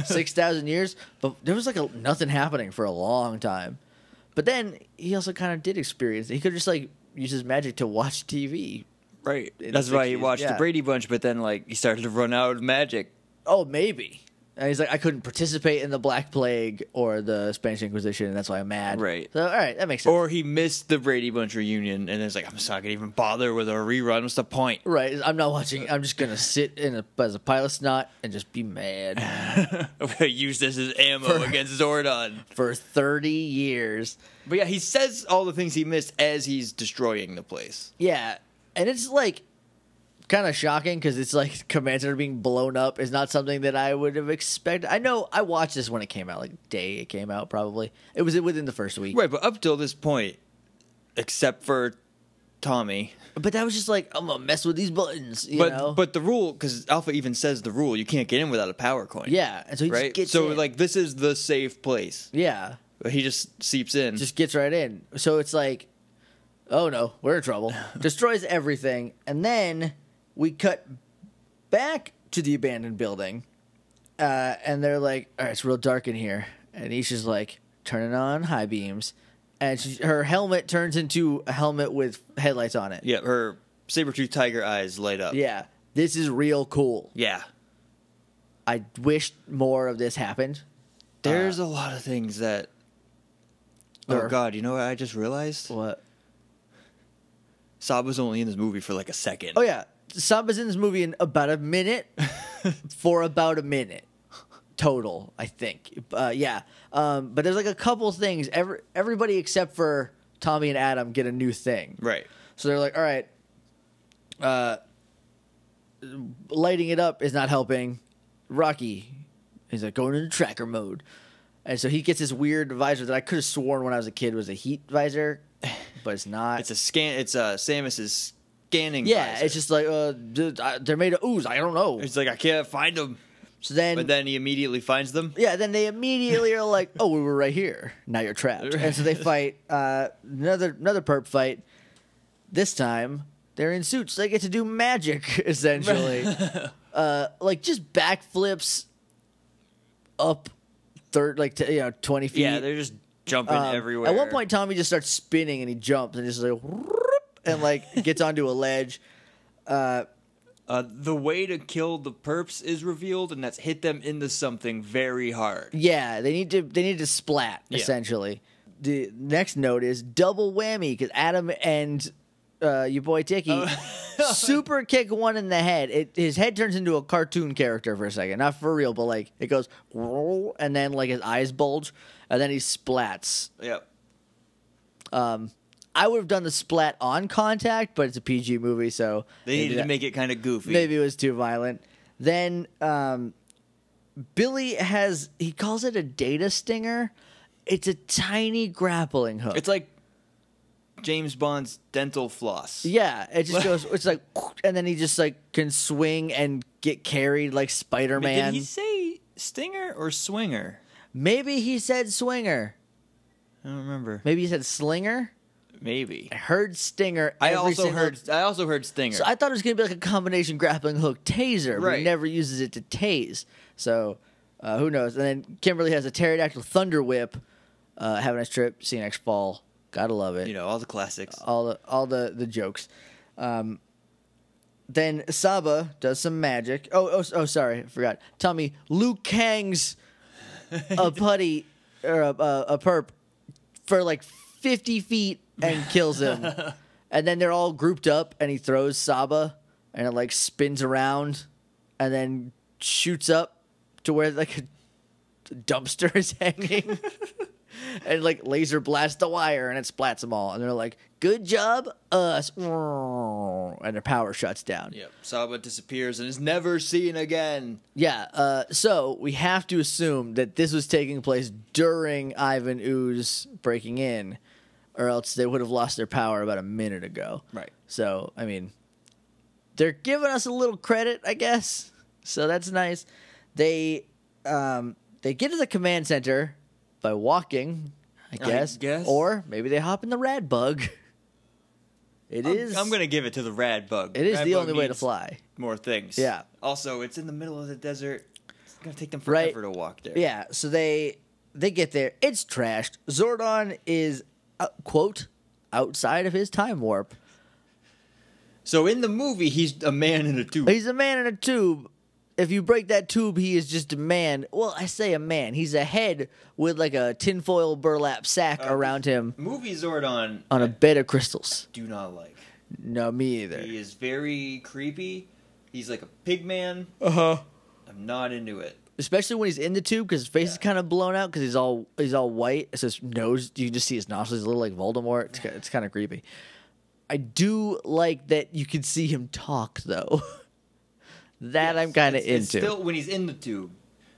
[SPEAKER 1] Six thousand years, but there was like a, nothing happening for a long time. But then he also kind of did experience. It. He could just like use his magic to watch TV.
[SPEAKER 2] Right.
[SPEAKER 1] In
[SPEAKER 2] That's
[SPEAKER 1] the
[SPEAKER 2] why he
[SPEAKER 1] 60s,
[SPEAKER 2] watched
[SPEAKER 1] yeah.
[SPEAKER 2] the Brady Bunch, but then, like, he started to run out of magic.
[SPEAKER 1] Oh, maybe. And he's like, I couldn't participate in the Black Plague or the Spanish Inquisition, and that's why I'm mad.
[SPEAKER 2] Right.
[SPEAKER 1] So, all right, that makes sense.
[SPEAKER 2] Or he missed the Brady Bunch reunion, and it's like, I'm just not going to even bother with a rerun. What's the point?
[SPEAKER 1] right. I'm not watching. I'm just gonna sit in a, as a pile of snot and just be mad.
[SPEAKER 2] I'm going to use this as ammo against Zordon.
[SPEAKER 1] for 30 years.
[SPEAKER 2] But yeah, he says all the things he missed as he's destroying the place.
[SPEAKER 1] Yeah. And it's like kind of shocking because it's like Command Center being blown up is not something that I would have expected. I know I watched this when it came out, like day it came out, probably. It was within the first week.
[SPEAKER 2] Right, but up till this point, except for Tommy,
[SPEAKER 1] But that was just like, I'm going to mess with these buttons, you
[SPEAKER 2] but
[SPEAKER 1] know?
[SPEAKER 2] but the rule because Alpha even says the rule you can't get in without a power coin.
[SPEAKER 1] yeah. And so he
[SPEAKER 2] right.
[SPEAKER 1] just gets
[SPEAKER 2] So
[SPEAKER 1] in.
[SPEAKER 2] like this is the safe place.
[SPEAKER 1] yeah.
[SPEAKER 2] He just seeps in.
[SPEAKER 1] just gets right in. So it's like, oh no, we're in trouble. Destroys everything, and then we cut back to the abandoned building, uh, and they're like, all right, it's real dark in here, and Isha's like, turning on high beams, and she, her helmet turns into a helmet with headlights on it.
[SPEAKER 2] yeah, her saber tooth tiger eyes light up.
[SPEAKER 1] Yeah, Uh, this is real cool.
[SPEAKER 2] yeah.
[SPEAKER 1] I wish more of this happened.
[SPEAKER 2] There's a lot of things that Oh
[SPEAKER 1] Or-
[SPEAKER 2] god, you know what I just realized?
[SPEAKER 1] What?
[SPEAKER 2] Saab was only in this movie for like a second.
[SPEAKER 1] Oh yeah, Samba's in this movie in about a minute, for about a minute total, I think. Uh, yeah, um, but there's like a couple things. Every everybody except for Tommy and Adam get a new thing.
[SPEAKER 2] Right.
[SPEAKER 1] So they're like, all right, uh, lighting it up is not helping. Rocky is like going into tracker mode. And so he gets this weird visor that I could have sworn when I was a kid was a heat visor, but it's not.
[SPEAKER 2] It's a scan it's uh Samus's scanning.
[SPEAKER 1] yeah,
[SPEAKER 2] visor.
[SPEAKER 1] it's just like uh, d- I- they're made of ooze. I don't know.
[SPEAKER 2] it's like I can't find them.
[SPEAKER 1] So then,
[SPEAKER 2] But then he immediately finds them.
[SPEAKER 1] yeah, then they immediately are like, "Oh, we were right here. Now you're trapped." And so they fight uh, another another perp fight. This time they're in suits. They get to do magic essentially, uh, like just backflips up third, like t- you know, twenty feet.
[SPEAKER 2] Yeah, they're just jumping
[SPEAKER 1] Um,
[SPEAKER 2] everywhere.
[SPEAKER 1] At one point, Tommy just starts spinning and he jumps and just like whoop, and like gets onto a ledge.
[SPEAKER 2] uh, the way to kill the perps is revealed, and that's hit them into something very hard.
[SPEAKER 1] Yeah, they need to they need to splat
[SPEAKER 2] Yeah.
[SPEAKER 1] essentially. The next note is double whammy because Adam and uh, your boy Dicky
[SPEAKER 2] Oh.
[SPEAKER 1] super kick one in the head. It, his head turns into a cartoon character for a second, not for real, but like it goes and then like his eyes bulge and then he splats.
[SPEAKER 2] Yep.
[SPEAKER 1] I would have done the splat on contact, but it's a PG movie, so
[SPEAKER 2] They needed
[SPEAKER 1] that-
[SPEAKER 2] to make it kind of goofy.
[SPEAKER 1] maybe it was too violent. Then um, Billy has he calls it a data stinger. It's a tiny grappling hook.
[SPEAKER 2] It's like James Bond's dental floss.
[SPEAKER 1] yeah, it just goes. It's like, and then he just like can swing and get carried like Spider
[SPEAKER 2] Wait,
[SPEAKER 1] Man.
[SPEAKER 2] Did he say stinger or swinger?
[SPEAKER 1] Maybe he said swinger.
[SPEAKER 2] I don't remember.
[SPEAKER 1] Maybe he said slinger.
[SPEAKER 2] Maybe.
[SPEAKER 1] I heard stinger.
[SPEAKER 2] I
[SPEAKER 1] every
[SPEAKER 2] also
[SPEAKER 1] single-
[SPEAKER 2] heard. I also heard stinger.
[SPEAKER 1] So I thought it was gonna be like a combination grappling hook taser, but he
[SPEAKER 2] Right.
[SPEAKER 1] never uses it to tase. So uh, who knows? And then Kimberly has a pterodactyl thunder whip. Uh, have a nice trip. See you next fall. Gotta love it.
[SPEAKER 2] you know all the classics.
[SPEAKER 1] All the all the the jokes. Um, then Saba does some magic. Oh oh oh, sorry, I forgot. Tommy Liu Kang's a putty or a, a, a perp for like fifty feet and kills him. and then they're all grouped up, and he throws Saba, and it like spins around, and then shoots up to where like a dumpster is hanging. And like laser blasts the wire and it splats them all. And they're like, good job, us. And their power shuts down.
[SPEAKER 2] Yep. Saba disappears and is never seen again.
[SPEAKER 1] Yeah, uh, so we have to assume that this was taking place during Ivan Ooze breaking in, or else they would have lost their power about a minute ago.
[SPEAKER 2] Right.
[SPEAKER 1] So, I mean, they're giving us a little credit, I guess. So that's nice. They um, they get to the command center by walking, I
[SPEAKER 2] I
[SPEAKER 1] guess.
[SPEAKER 2] guess.
[SPEAKER 1] Or maybe they hop in the rad bug. It
[SPEAKER 2] I'm,
[SPEAKER 1] is-
[SPEAKER 2] I'm gonna give it to the rad bug.
[SPEAKER 1] It is
[SPEAKER 2] Rad
[SPEAKER 1] the
[SPEAKER 2] bug
[SPEAKER 1] only way to
[SPEAKER 2] needs
[SPEAKER 1] fly.
[SPEAKER 2] More things.
[SPEAKER 1] Yeah.
[SPEAKER 2] Also, it's in the middle of the desert. It's gonna take them
[SPEAKER 1] Right.
[SPEAKER 2] forever to walk there.
[SPEAKER 1] Yeah, so they they get there. It's trashed. Zordon is uh, quote outside of his time warp.
[SPEAKER 2] So in the movie, he's a man in a tube.
[SPEAKER 1] He's a man in a tube. If you break that tube, he is just a man. Well, I say a man. He's a head with like a tinfoil burlap sack around him
[SPEAKER 2] movie Zordon,
[SPEAKER 1] on a bed of crystals.
[SPEAKER 2] do not like.
[SPEAKER 1] No, me either.
[SPEAKER 2] He is very creepy. He's like a pig man.
[SPEAKER 1] Uh huh.
[SPEAKER 2] I'm not into it.
[SPEAKER 1] Especially when he's in the tube because his face is kind of blown out because he's all he's all white. So his nose, you just see his nostrils, a little like Voldemort. It's, ki- it's kind of creepy. I do like that you can see him talk though. that I'm kind of
[SPEAKER 2] It's- it's
[SPEAKER 1] into.
[SPEAKER 2] Still, when he's in the tube,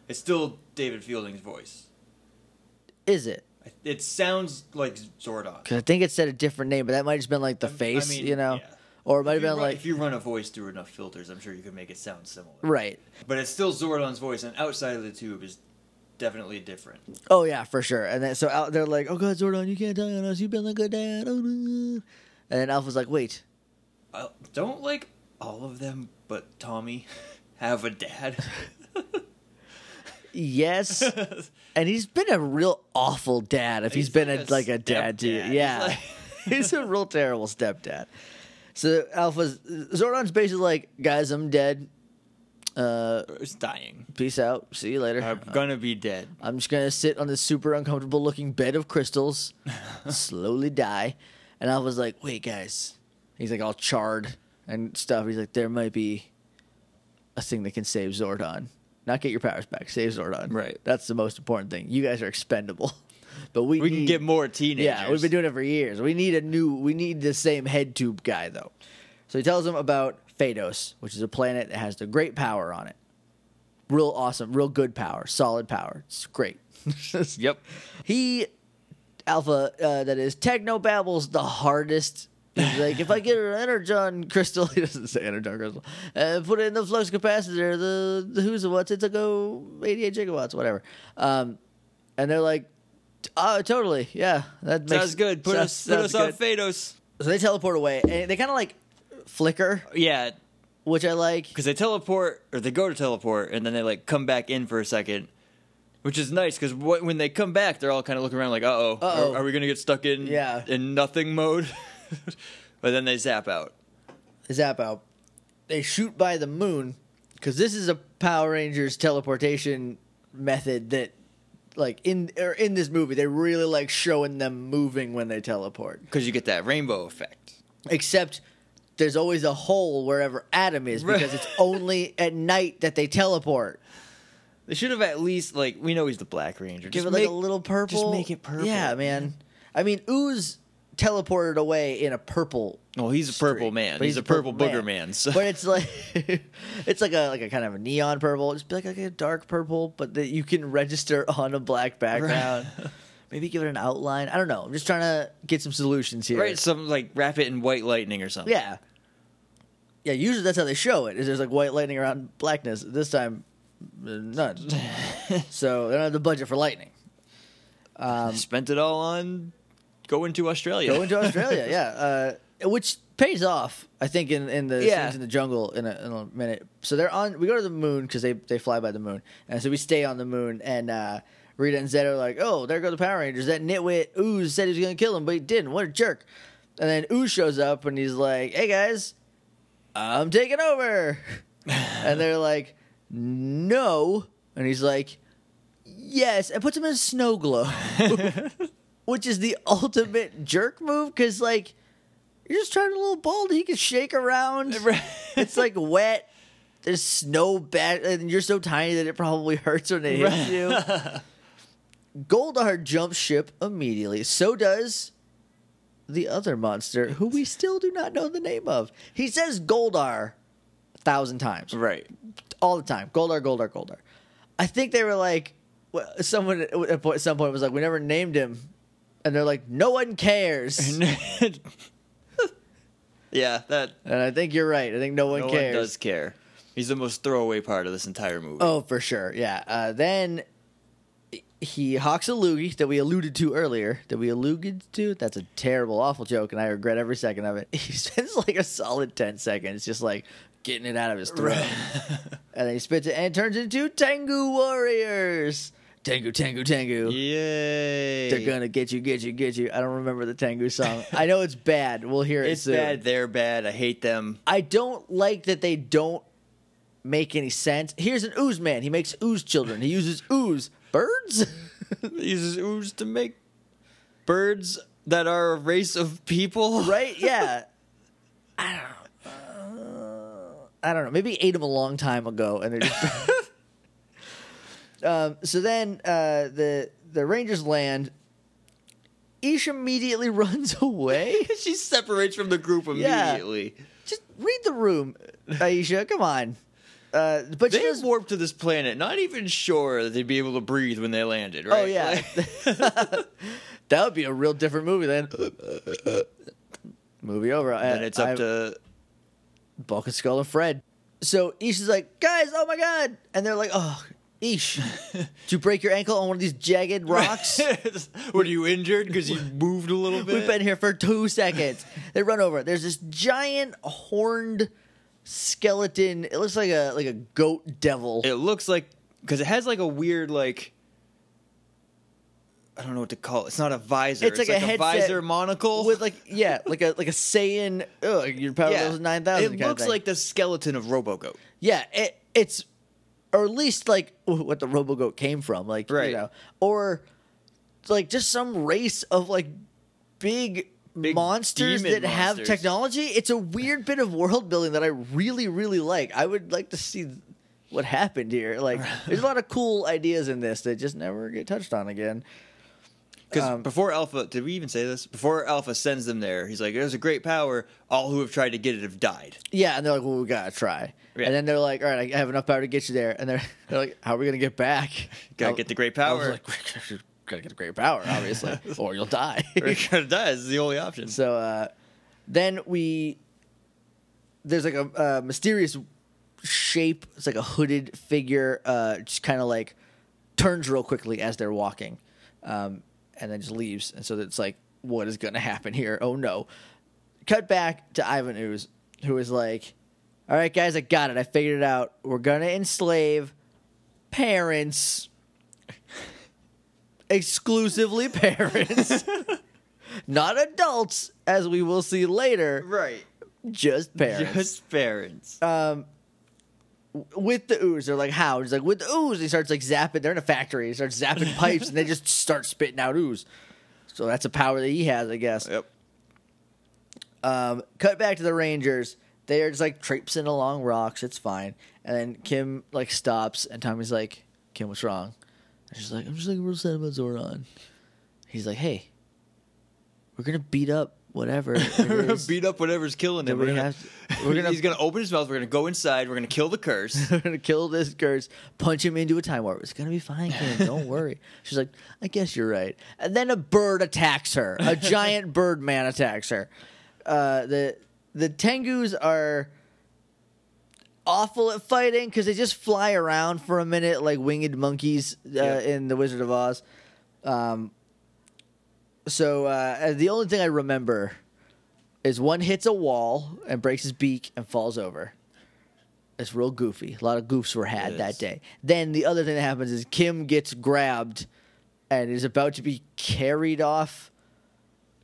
[SPEAKER 2] it's still David Fielding's voice.
[SPEAKER 1] is it?
[SPEAKER 2] It sounds like Zordon.
[SPEAKER 1] Because I think it said a different name, but that might have just been like the
[SPEAKER 2] I
[SPEAKER 1] face,
[SPEAKER 2] mean,
[SPEAKER 1] you know,
[SPEAKER 2] yeah.
[SPEAKER 1] or it might have
[SPEAKER 2] If you
[SPEAKER 1] been
[SPEAKER 2] run-
[SPEAKER 1] like
[SPEAKER 2] if you run a voice through enough filters, I'm sure you can make it sound similar.
[SPEAKER 1] right.
[SPEAKER 2] But it's still Zordon's voice, and outside of the tube is definitely different.
[SPEAKER 1] Oh yeah, for sure. And then so out they're like, "Oh God, Zordon, you can't die on us. You've been like a dad." Oh, no. And then Alpha's like, "Wait,
[SPEAKER 2] I don't like all of them, but Tommy have a dad.
[SPEAKER 1] yes." and he's been a real awful dad. If he's
[SPEAKER 2] He's
[SPEAKER 1] been
[SPEAKER 2] like
[SPEAKER 1] a,
[SPEAKER 2] a
[SPEAKER 1] like a dad to you,
[SPEAKER 2] stepdad. He's
[SPEAKER 1] yeah,
[SPEAKER 2] like-
[SPEAKER 1] he's a real terrible stepdad. So Alpha's Zordon's basically like, "Guys, I'm dead. Uh,
[SPEAKER 2] It's dying.
[SPEAKER 1] peace out. See you later.
[SPEAKER 2] I'm gonna be dead.
[SPEAKER 1] I'm just gonna sit on this super uncomfortable looking bed of crystals, slowly die. And I was like, wait, guys. He's like all charred and stuff. He's like, there might be a thing that can save Zordon. Not get your powers back, save Zordon.
[SPEAKER 2] Right.
[SPEAKER 1] That's the most important thing. You guys are expendable. But we
[SPEAKER 2] We can
[SPEAKER 1] need-
[SPEAKER 2] get more teenagers.
[SPEAKER 1] Yeah, we've been doing it for years. We need a new we need the same head tube guy though. So he tells him about Phaedos, which is a planet that has the great power on it. Real awesome, real good power, solid power. It's great.
[SPEAKER 2] Yep.
[SPEAKER 1] He, Alpha, uh, that is Techno babbles the hardest. He's like, if I get an energon crystal, he doesn't say energon crystal, uh, put it in the flux capacitor, the, the who's the what's, it's a go 88 gigawatts, whatever. Um, and they're like, oh, totally, yeah, that makes,
[SPEAKER 2] Sounds good. Put
[SPEAKER 1] so-
[SPEAKER 2] us put
[SPEAKER 1] sounds
[SPEAKER 2] us on
[SPEAKER 1] good."
[SPEAKER 2] Phaedos.
[SPEAKER 1] So they teleport away, and they kind of like flicker,
[SPEAKER 2] Yeah,
[SPEAKER 1] which I like.
[SPEAKER 2] because they teleport or they go to teleport and then they like come back in for a second, which is nice because when they come back, they're all kind of looking around like, uh oh,
[SPEAKER 1] Uh-oh.
[SPEAKER 2] are, are we gonna get stuck in
[SPEAKER 1] Yeah.
[SPEAKER 2] in nothing mode? but then they zap out.
[SPEAKER 1] zap out. They shoot by the moon because this is a Power Rangers teleportation method that, like in or in this movie, they really like showing them moving when they teleport.
[SPEAKER 2] because you get that rainbow effect.
[SPEAKER 1] Except there's always a hole wherever Adam is because it's only at night that they teleport.
[SPEAKER 2] They should have at least like we know he's the Black Ranger.
[SPEAKER 1] Give
[SPEAKER 2] Just
[SPEAKER 1] it like
[SPEAKER 2] make-
[SPEAKER 1] a little purple.
[SPEAKER 2] make it purple.
[SPEAKER 1] Yeah, man. I mean, Ooze teleported away in a purple
[SPEAKER 2] Well, he's a
[SPEAKER 1] streak,
[SPEAKER 2] purple man.
[SPEAKER 1] but
[SPEAKER 2] He's, a purple, booger man. So
[SPEAKER 1] But it's like it's like a like a kind of a neon purple. Just be like, like a dark purple, but that you can register on a black background. Maybe give it an outline. I don't know. I'm just trying to get some solutions here.
[SPEAKER 2] right, some like wrap it in white lightning or something.
[SPEAKER 1] Yeah. Yeah, usually that's how they show it. Is there's like white lightning around blackness. This time, uh, none. so they don't have the budget for lightning.
[SPEAKER 2] spent it all on um, going to Australia.
[SPEAKER 1] Go into Australia, yeah. Uh, which pays off, I think, in, in the
[SPEAKER 2] Yeah.
[SPEAKER 1] scenes in the jungle in a, in a minute. So they're on. We go to the moon because they they fly by the moon, and so we stay on the moon. And uh, Rita and Zed are like, "Oh, there go the Power Rangers." That nitwit Ooze said he was going to kill him, but he didn't. What a jerk! And then Ooze shows up and he's like, "Hey guys, I'm taking over," and they're like, "No," and he's like. Yes, and puts him in a snow globe which is the ultimate jerk move because like you're just trying a little ball that he can shake around. it's like wet. There's snow bad, and you're so tiny that it probably hurts when it hits you. Goldar jumps ship immediately. So does the other monster, who we still do not know the name of. He says Goldar a thousand times
[SPEAKER 2] right.
[SPEAKER 1] all the time. Goldar, Goldar, Goldar. I think they were like, well, someone at a point- some point was like, we never named him, and they're like, no one cares.
[SPEAKER 2] yeah, that
[SPEAKER 1] and I think you're right. I think no one
[SPEAKER 2] no
[SPEAKER 1] cares.
[SPEAKER 2] one does care. He's the most throwaway part of this entire movie.
[SPEAKER 1] Oh, for sure. Yeah. Uh, then he hawks a loogie that we alluded to earlier. That we alluded to. That's a terrible, awful joke, and I regret every second of it. He spends like a solid ten seconds just like getting it out of his throat, and then he spits it and it turns into Tengu Warriors. Tengu, Tengu, Tengu.
[SPEAKER 2] Yay!
[SPEAKER 1] They're gonna get you, get you, get you. I don't remember the Tengu song. I know it's bad. We'll hear it
[SPEAKER 2] It's
[SPEAKER 1] soon.
[SPEAKER 2] bad. They're bad. I hate them.
[SPEAKER 1] I don't like that they don't make any sense. Here's an ooze man. He makes ooze children. He uses ooze birds.
[SPEAKER 2] He uses ooze to make birds that are a race of people.
[SPEAKER 1] right? Yeah. I don't. Know. Uh, I don't know. Maybe he ate him a long time ago, and they're just. um, so then uh, the the Rangers land. Ish immediately runs away.
[SPEAKER 2] she separates from the group
[SPEAKER 1] Yeah.
[SPEAKER 2] immediately.
[SPEAKER 1] Just read the room, Aisha. Come on. Uh, but she
[SPEAKER 2] They
[SPEAKER 1] does.
[SPEAKER 2] warped to this planet, not even sure that they'd be able to breathe when they landed, right?
[SPEAKER 1] Oh yeah,
[SPEAKER 2] Like,
[SPEAKER 1] that would be a real different movie then. movie over.
[SPEAKER 2] and it's up to
[SPEAKER 1] Bulk and Skull and Fred. So Ish is like, guys, oh my god, and they're like, oh, Ish, did you break your ankle on one of these jagged rocks?
[SPEAKER 2] Were you injured because you moved a little bit?
[SPEAKER 1] We've been here for two seconds. They run over. There's this giant horned skeleton. It looks like a like a goat devil.
[SPEAKER 2] it looks like because it has like a weird like I don't know what to call it. It's not a visor.
[SPEAKER 1] It's like a headset
[SPEAKER 2] visor monocle
[SPEAKER 1] with like yeah, like a like a Saiyan. Ugh, your power level's nine thousand.
[SPEAKER 2] It looks like the skeleton of RoboGoat.
[SPEAKER 1] yeah. It it's or at least like w- what the RoboGoat came from, like
[SPEAKER 2] Right.
[SPEAKER 1] you know, or like just some race of like big.
[SPEAKER 2] Big
[SPEAKER 1] monsters
[SPEAKER 2] demon
[SPEAKER 1] that have
[SPEAKER 2] monsters.
[SPEAKER 1] technology it's a weird bit of world building that i really really like i would like to see what happened here like there's a lot of cool ideas in this that just never get touched on again
[SPEAKER 2] Because
[SPEAKER 1] Um,
[SPEAKER 2] before Alpha, did we even say this? Before Alpha sends them there, he's like, "There's a great power. All who have tried to get it have died."
[SPEAKER 1] Yeah, and they're like, "Well, we gotta try."
[SPEAKER 2] Yeah.
[SPEAKER 1] And then they're like, "All right, I have enough power to get you there." And they're, they're like, "How are we gonna get back?"
[SPEAKER 2] Gotta
[SPEAKER 1] I-
[SPEAKER 2] get the great
[SPEAKER 1] I was
[SPEAKER 2] power.
[SPEAKER 1] like, "Gotta get the great power, obviously, or you'll die."
[SPEAKER 2] Or gonna die is the only option.
[SPEAKER 1] so uh, then we there's like a, a mysterious shape. It's like a hooded figure, uh, just kind of like turns real quickly as they're walking, um, and then just leaves. And so it's like, what is going to happen here? Oh no! Cut back to Ivan Ooze, who is like, "All right, guys, I got it. I figured it out. We're gonna enslave parents." Exclusively parents, not adults, as we will see later.
[SPEAKER 2] right,
[SPEAKER 1] Just parents
[SPEAKER 2] just parents.
[SPEAKER 1] um, w- with the ooze. They're like, how? He's like, with the ooze. He starts like zapping. They're in a factory. He starts zapping pipes, and they just start spitting out ooze. So that's a power that he has, I guess.
[SPEAKER 2] yep.
[SPEAKER 1] Um, cut back to the Rangers. They are just like traipsing along rocks. It's fine. And then Kim like stops, and Tommy's like, Kim, what's wrong? And she's like, I'm just like real sad about Zoran. He's like, hey, we're gonna beat up whatever. it
[SPEAKER 2] we're gonna
[SPEAKER 1] is
[SPEAKER 2] beat up whatever's killing
[SPEAKER 1] that
[SPEAKER 2] him. We're
[SPEAKER 1] we
[SPEAKER 2] gonna,
[SPEAKER 1] have to- we're gonna
[SPEAKER 2] he's gonna open his mouth. We're gonna go inside. We're gonna kill the curse.
[SPEAKER 1] We're gonna kill this curse, punch him into a time warp. It's gonna be fine, Kim. Don't worry. She's like, I guess you're right. And then a bird attacks her. A giant bird man attacks her. Uh, the the Tengus are awful at fighting because they just fly around for a minute like winged monkeys uh,
[SPEAKER 2] Yep.
[SPEAKER 1] in the Wizard of Oz. Um, so uh, the only thing I remember is one hits a wall and breaks his beak and falls over. It's real goofy. A lot of goofs were had
[SPEAKER 2] It
[SPEAKER 1] that
[SPEAKER 2] is.
[SPEAKER 1] day. Then the other thing that happens is Kim gets grabbed and is about to be carried off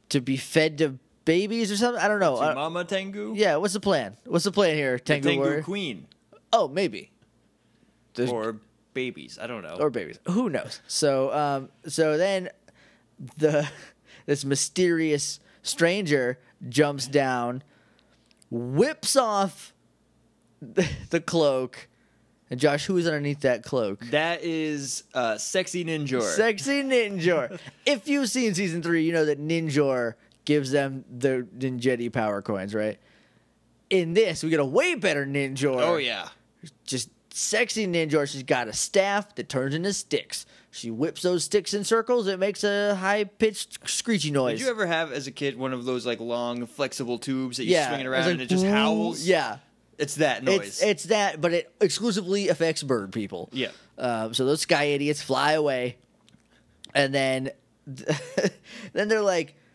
[SPEAKER 1] to be fed to babies or something. I don't know.
[SPEAKER 2] Your
[SPEAKER 1] I-
[SPEAKER 2] Mama Tengu.
[SPEAKER 1] yeah, what's the plan? What's the plan here,
[SPEAKER 2] The
[SPEAKER 1] Tengu?
[SPEAKER 2] Tengu
[SPEAKER 1] warrior?
[SPEAKER 2] Queen
[SPEAKER 1] Oh, maybe. There's-
[SPEAKER 2] or babies. I don't know.
[SPEAKER 1] or babies. Who knows? So um so then the this mysterious stranger jumps down, whips off the, the cloak. And Josh, who is underneath that cloak?
[SPEAKER 2] that is uh, sexy ninja.
[SPEAKER 1] Sexy Ninjor. if you've seen season three, you know that Ninjor gives them the Ninjetti power coins, right? In this, we get a way better Ninjor
[SPEAKER 2] oh yeah.
[SPEAKER 1] just sexy ninja. She's got a staff that turns into sticks. She whips those sticks in circles. It makes a high pitched screechy
[SPEAKER 2] Did
[SPEAKER 1] noise.
[SPEAKER 2] you ever have, as a kid, one of those like long, flexible tubes that you swing it around
[SPEAKER 1] it's like,
[SPEAKER 2] and it just
[SPEAKER 1] "Boo."
[SPEAKER 2] howls?
[SPEAKER 1] Yeah,
[SPEAKER 2] it's that noise.
[SPEAKER 1] it's it's that, but it exclusively affects bird people.
[SPEAKER 2] Yeah.
[SPEAKER 1] Um, so those sky idiots fly away, and then then they're like.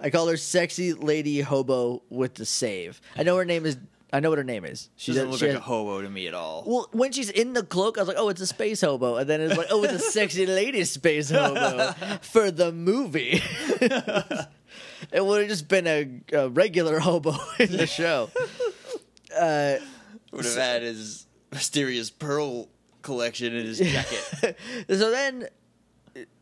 [SPEAKER 1] I call her sexy lady hobo with the save. I know her name is. I know what her name is.
[SPEAKER 2] she doesn't
[SPEAKER 1] does-
[SPEAKER 2] look
[SPEAKER 1] she
[SPEAKER 2] like a
[SPEAKER 1] has-
[SPEAKER 2] hobo to me at all.
[SPEAKER 1] Well, when she's in the cloak, I was like, "Oh, it's a space hobo," and then it's like, "Oh, it's a sexy lady space hobo for the movie." it would have just been a, a regular hobo in the show. Uh,
[SPEAKER 2] Would have had his mysterious pearl collection in his jacket.
[SPEAKER 1] so then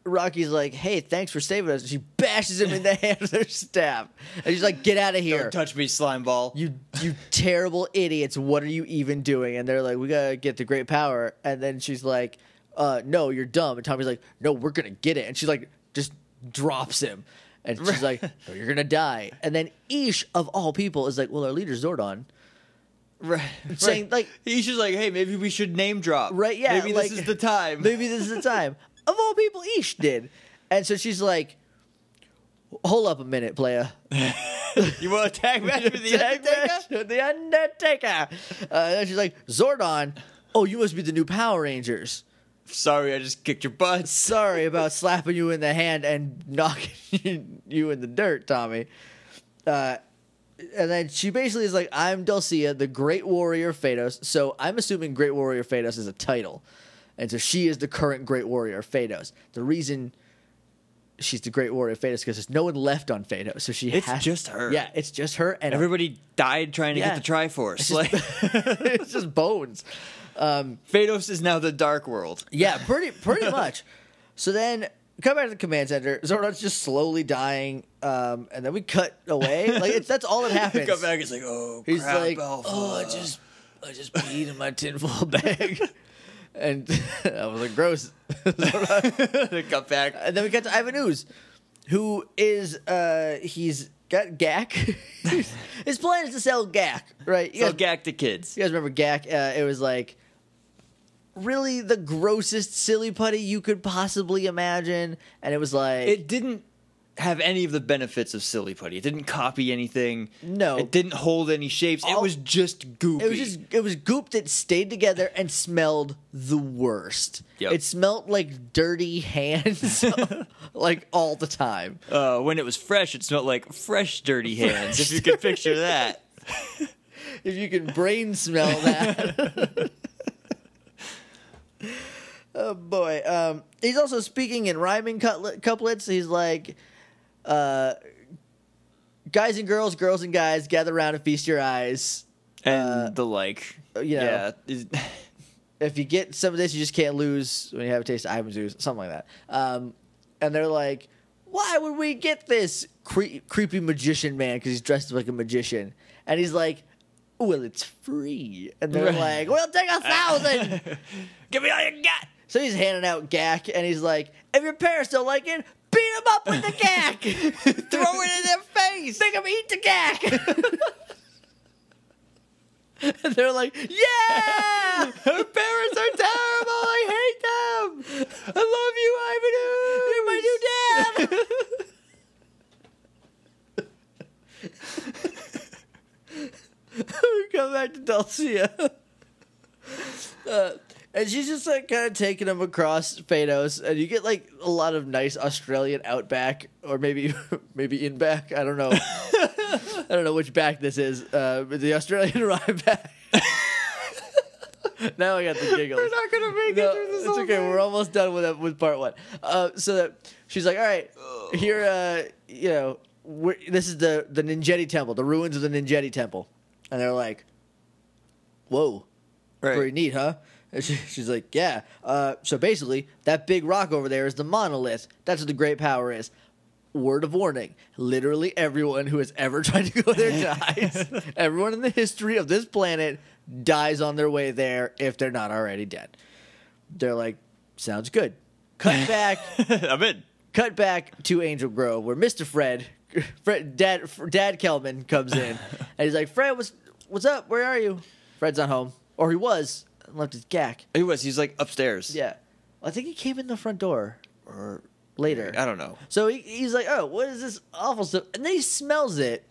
[SPEAKER 1] Rocky's like, "Hey, thanks for saving us." And she bashes him in the hand with her staff, and she's like, "Get out of here!"
[SPEAKER 2] Don't touch me, slime ball.
[SPEAKER 1] you you terrible idiots what are you even doing and they're like we gotta get the great power and then she's like uh no you're dumb and tommy's like no we're gonna get it and she's like just drops him and she's like no, you're gonna die and then ish of all people is like well our leader's zordon
[SPEAKER 2] right.
[SPEAKER 1] saying, like-
[SPEAKER 2] he's just like, hey, maybe we should name drop.
[SPEAKER 1] Right, yeah,
[SPEAKER 2] Maybe
[SPEAKER 1] like-
[SPEAKER 2] this is the time.
[SPEAKER 1] maybe this is the time of all people ish did and so she's like hold up a minute playa
[SPEAKER 2] you want to tag match with the
[SPEAKER 1] Tag
[SPEAKER 2] Undertaker?
[SPEAKER 1] match with The Undertaker. Uh, and she's like, Zordon, oh, you must be the new Power Rangers.
[SPEAKER 2] Sorry, I just kicked your butts.
[SPEAKER 1] sorry about slapping you in the hand and knocking you- you in the dirt, Tommy. Uh, and then she basically is like, I'm Dulcia, the Great Warrior of Phaedos. So I'm assuming Great Warrior of Phaedos is a title. And so she is the current Great Warrior of Phaedos. The reason she's the Great Warrior of Phaedos because there's no one left on Phaedos, so she
[SPEAKER 2] It's
[SPEAKER 1] has
[SPEAKER 2] just her.
[SPEAKER 1] Yeah, it's just her and
[SPEAKER 2] Everybody died trying to
[SPEAKER 1] Yeah.
[SPEAKER 2] get the Triforce.
[SPEAKER 1] It's
[SPEAKER 2] Like
[SPEAKER 1] just, it's just bones.
[SPEAKER 2] Phaedos is now the Dark World.
[SPEAKER 1] Yeah, pretty pretty much. So then come back to the command center. Zordon's just slowly dying, um, and then we cut away. Like it's, that's all that happens.
[SPEAKER 2] Come back, it's like, oh,
[SPEAKER 1] He's
[SPEAKER 2] crap,
[SPEAKER 1] like,
[SPEAKER 2] Alpha.
[SPEAKER 1] oh, I just I just peed in my tinfoil bag, and I was like, gross.
[SPEAKER 2] Come back.
[SPEAKER 1] And then we got to Ivan Ooze, who is uh he's got Gak. His plan is to sell Gak, right? You
[SPEAKER 2] Tell
[SPEAKER 1] guys-
[SPEAKER 2] Gak to kids.
[SPEAKER 1] you guys remember Gak? Uh, it was like really the grossest silly putty you could possibly imagine, and it was like
[SPEAKER 2] It didn't have any of the benefits of Silly Putty. It didn't copy anything.
[SPEAKER 1] No.
[SPEAKER 2] It didn't hold any shapes.
[SPEAKER 1] All-
[SPEAKER 2] it was just goopy.
[SPEAKER 1] it was just it was goop that stayed together and smelled the worst.
[SPEAKER 2] Yep.
[SPEAKER 1] It smelled like dirty hands, like all the time.
[SPEAKER 2] Uh, when it was fresh, it smelled like fresh, dirty hands, if you could picture that.
[SPEAKER 1] If you can brain smell that. oh boy. Um, he's also speaking in rhyming couplet- couplets. He's like, uh, guys and girls, girls and guys, gather around and feast your eyes.
[SPEAKER 2] And the like.
[SPEAKER 1] you know.
[SPEAKER 2] Uh, yeah. Is-
[SPEAKER 1] If you get some of this, you just can't lose when you have a taste of Ivan's Ooze, something like that. Um, and they're like, why would we get this cre- creepy magician man? Because he's dressed like a magician. And he's like, well, it's free. And they're
[SPEAKER 2] Right.
[SPEAKER 1] like, well, take a thousand.
[SPEAKER 2] Give me all you got.
[SPEAKER 1] So he's handing out gack, and he's like, "If your parents don't like it, beat them up with the gack, throw it in their face, make them eat the gack." and they're like, "Yeah,
[SPEAKER 2] Her parents are terrible. I hate them. I love you, Ivan. You're my new dad.
[SPEAKER 1] we come back to Dulcia." Uh, and she's just like kind of taking him across Phaedos, and you get like a lot of nice Australian outback, or maybe maybe in back. I don't know. I don't know which back this is. Uh, but the Australian rye back. now I got the giggles.
[SPEAKER 2] We're not gonna make
[SPEAKER 1] No,
[SPEAKER 2] it through this
[SPEAKER 1] it's
[SPEAKER 2] whole
[SPEAKER 1] okay.
[SPEAKER 2] thing.
[SPEAKER 1] We're almost done with that, with part one. Uh, so that she's like, "All right, here, uh, you know, we're, this is the the Ninjetti Temple, the ruins of the Ninjetti Temple," and they're like, "Whoa,
[SPEAKER 2] Right.
[SPEAKER 1] pretty neat, huh?" And she, she's like, "Yeah." Uh, so basically, that big rock over there is the monolith. That's what the great power is. Word of warning: literally everyone who has ever tried to go there dies. everyone in the history of this planet dies on their way there if they're not already dead they're like, sounds good. Cut back,
[SPEAKER 2] I'm in.
[SPEAKER 1] cut back to Angel Grove where Mister Fred, Fred, Dad, Dad Kelman comes in, and he's like, Fred, what's what's up? Where are you? Fred's not home, or he was and left his gack.
[SPEAKER 2] He was. He's like upstairs.
[SPEAKER 1] Yeah, I think he came in the front door
[SPEAKER 2] Or
[SPEAKER 1] later.
[SPEAKER 2] I don't know.
[SPEAKER 1] So he, he's like, oh, what is this awful stuff? And then he smells it,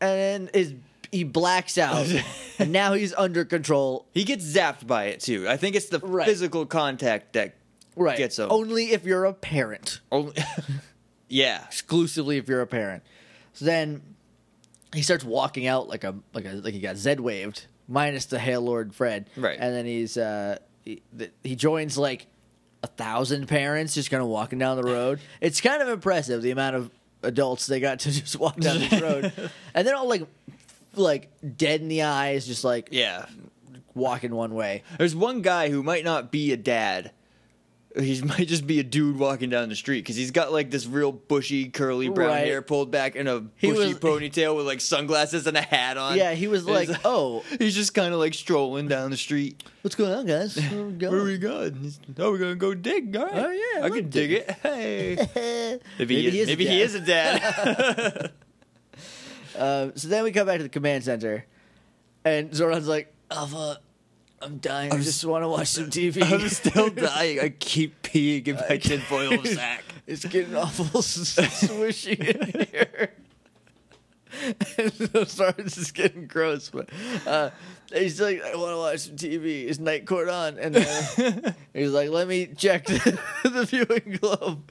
[SPEAKER 1] and then is he blacks out, and now he's under control
[SPEAKER 2] He gets zapped by it too. I think it's the
[SPEAKER 1] Right.
[SPEAKER 2] physical contact that
[SPEAKER 1] Right. Oh.
[SPEAKER 2] gets him.
[SPEAKER 1] Only if you're a parent.
[SPEAKER 2] Only- yeah.
[SPEAKER 1] Exclusively if you're a parent. So then he starts walking out like a like a like he got Z waved, minus the Hail Lord Fred.
[SPEAKER 2] Right.
[SPEAKER 1] And then he's uh he, th- he joins like a thousand parents just kind of walking down the road. It's kind of impressive the amount of adults they got to just walk down this road, and they're all like like dead in the eyes, just like
[SPEAKER 2] Yeah.
[SPEAKER 1] walking one way.
[SPEAKER 2] There's one guy who might not be a dad. He might just be a dude walking down the street because he's got like this real bushy, curly brown
[SPEAKER 1] Right.
[SPEAKER 2] hair pulled back and a
[SPEAKER 1] He
[SPEAKER 2] bushy
[SPEAKER 1] was-
[SPEAKER 2] ponytail with like sunglasses and a hat on.
[SPEAKER 1] Yeah, he was
[SPEAKER 2] And he's
[SPEAKER 1] like, "Oh,
[SPEAKER 2] he's just kind of like strolling down the street.
[SPEAKER 1] what's going on, guys? Where we
[SPEAKER 2] Where
[SPEAKER 1] going?"
[SPEAKER 2] we going? He's, oh, we're gonna go dig. All right.
[SPEAKER 1] Oh, yeah, I
[SPEAKER 2] I,
[SPEAKER 1] like
[SPEAKER 2] can dig it. Hey, maybe, he is,
[SPEAKER 1] he is a
[SPEAKER 2] maybe
[SPEAKER 1] dad.
[SPEAKER 2] he is a dad.
[SPEAKER 1] Um, so then we come back to the command center, and Zoran's like, Alpha, I'm dying. i
[SPEAKER 2] I'm
[SPEAKER 1] just want to watch some TV.
[SPEAKER 2] I'm still dying. I keep peeing in my tinfoil sack.
[SPEAKER 1] it's getting awful s- swishy in here. and Zoran's just getting gross, but uh, he's like, I want to watch some TV. Is night court on? And uh, he's like, let me check the, the viewing globe.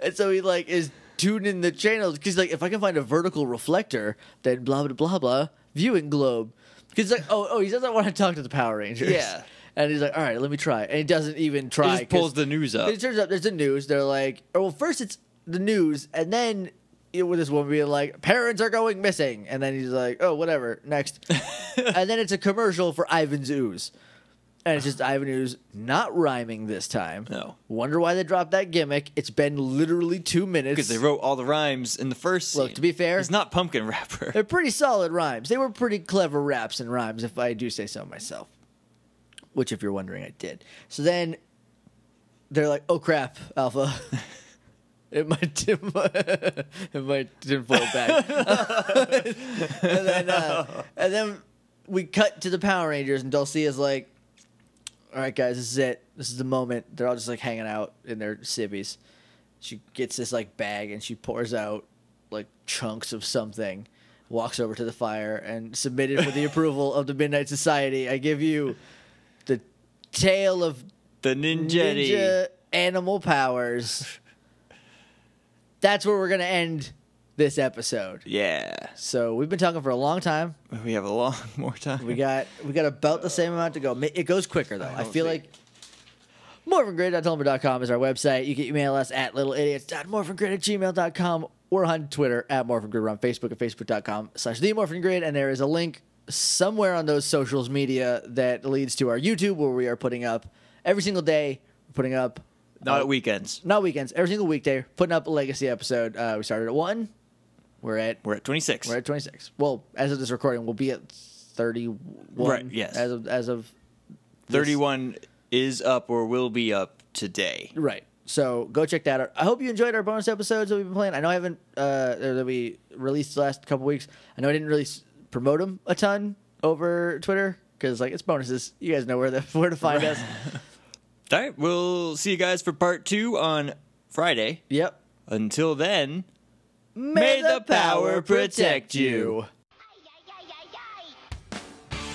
[SPEAKER 1] And so he like is tuning the channels because like if I can find a vertical reflector, then blah blah blah blah viewing globe. Because like oh oh he doesn't want to talk to the Power Rangers.
[SPEAKER 2] Yeah.
[SPEAKER 1] And he's like, all right, let me try. And he doesn't even try.
[SPEAKER 2] He just pulls
[SPEAKER 1] 'cause-
[SPEAKER 2] the news up.
[SPEAKER 1] it turns out there's the news. They're like, oh, well, first it's the news, and then it, with this woman being like, "Parents are going missing," and then he's like, "Oh, whatever, next," and then it's a commercial for Ivan's ooze, and it's just Ivan ooze not rhyming this time.
[SPEAKER 2] No.
[SPEAKER 1] wonder why they dropped that gimmick. It's been literally two minutes
[SPEAKER 2] because they wrote all the rhymes in the first.
[SPEAKER 1] Look,
[SPEAKER 2] scene.
[SPEAKER 1] to be fair-
[SPEAKER 2] it's not pumpkin rapper.
[SPEAKER 1] They're pretty solid rhymes. They were pretty clever raps and rhymes, if I do say so myself. Which, if you're wondering, I did. So then they're like, oh crap, Alpha. It might, it might, it might tinfoil back. and, then, uh, and then we cut to the Power Rangers, and Dulcia's like, all right, guys, this is it. This is the moment. They're all just like hanging out in their civvies. She gets this like bag and she pours out like chunks of something, walks over to the fire and submitted for the approval of the Midnight Society. I give you the tale of
[SPEAKER 2] The Ninjetti.
[SPEAKER 1] ninja animal powers. That's where we're going to end this episode.
[SPEAKER 2] Yeah,
[SPEAKER 1] So we've been talking for a long time.
[SPEAKER 2] we have a long more time.
[SPEAKER 1] We got we got about the same amount to go. Ma- It goes quicker though. I,
[SPEAKER 2] don't
[SPEAKER 1] feel
[SPEAKER 2] think-
[SPEAKER 1] like morphingrid.tumblr.com is our website. You can email us at littleidiots.morphingrid at gmail.com or on Twitter at morphingrid. We're on Facebook at facebook.com slash the morphingrid. And there is a link somewhere on those socials media that leads to our YouTube where we are putting up every single day. We're putting up
[SPEAKER 2] not
[SPEAKER 1] uh,
[SPEAKER 2] at weekends.
[SPEAKER 1] not weekends, every single weekday, putting up a legacy episode. Uh, we started at one. We're at
[SPEAKER 2] We're at twenty six.
[SPEAKER 1] we're at 26. Well, as of this recording, we'll be at 31.
[SPEAKER 2] Right, yes.
[SPEAKER 1] As of as of this-
[SPEAKER 2] Thirty one is up or will be up today.
[SPEAKER 1] Right. So go check that out. I hope you enjoyed our bonus episodes that we've been playing. I know I haven't uh, or that we released the last couple weeks. I know I didn't really s- promote them a ton over Twitter because like it's bonuses. You guys know where the where to find us.
[SPEAKER 2] All right, we'll see you guys for part two on Friday.
[SPEAKER 1] Yep.
[SPEAKER 2] Until then.
[SPEAKER 1] May
[SPEAKER 2] the power protect you.
[SPEAKER 3] Ay, ay, ay, ay, ay.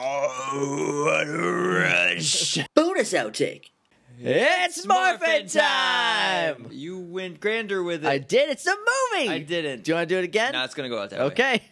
[SPEAKER 2] What a rush.
[SPEAKER 1] Bonus outtake. It's morphin time.
[SPEAKER 2] You went grander with it.
[SPEAKER 1] I did. It's a movie.
[SPEAKER 2] I didn't.
[SPEAKER 1] Do you want to do it again?
[SPEAKER 2] No, it's gonna go out that way.
[SPEAKER 1] okay.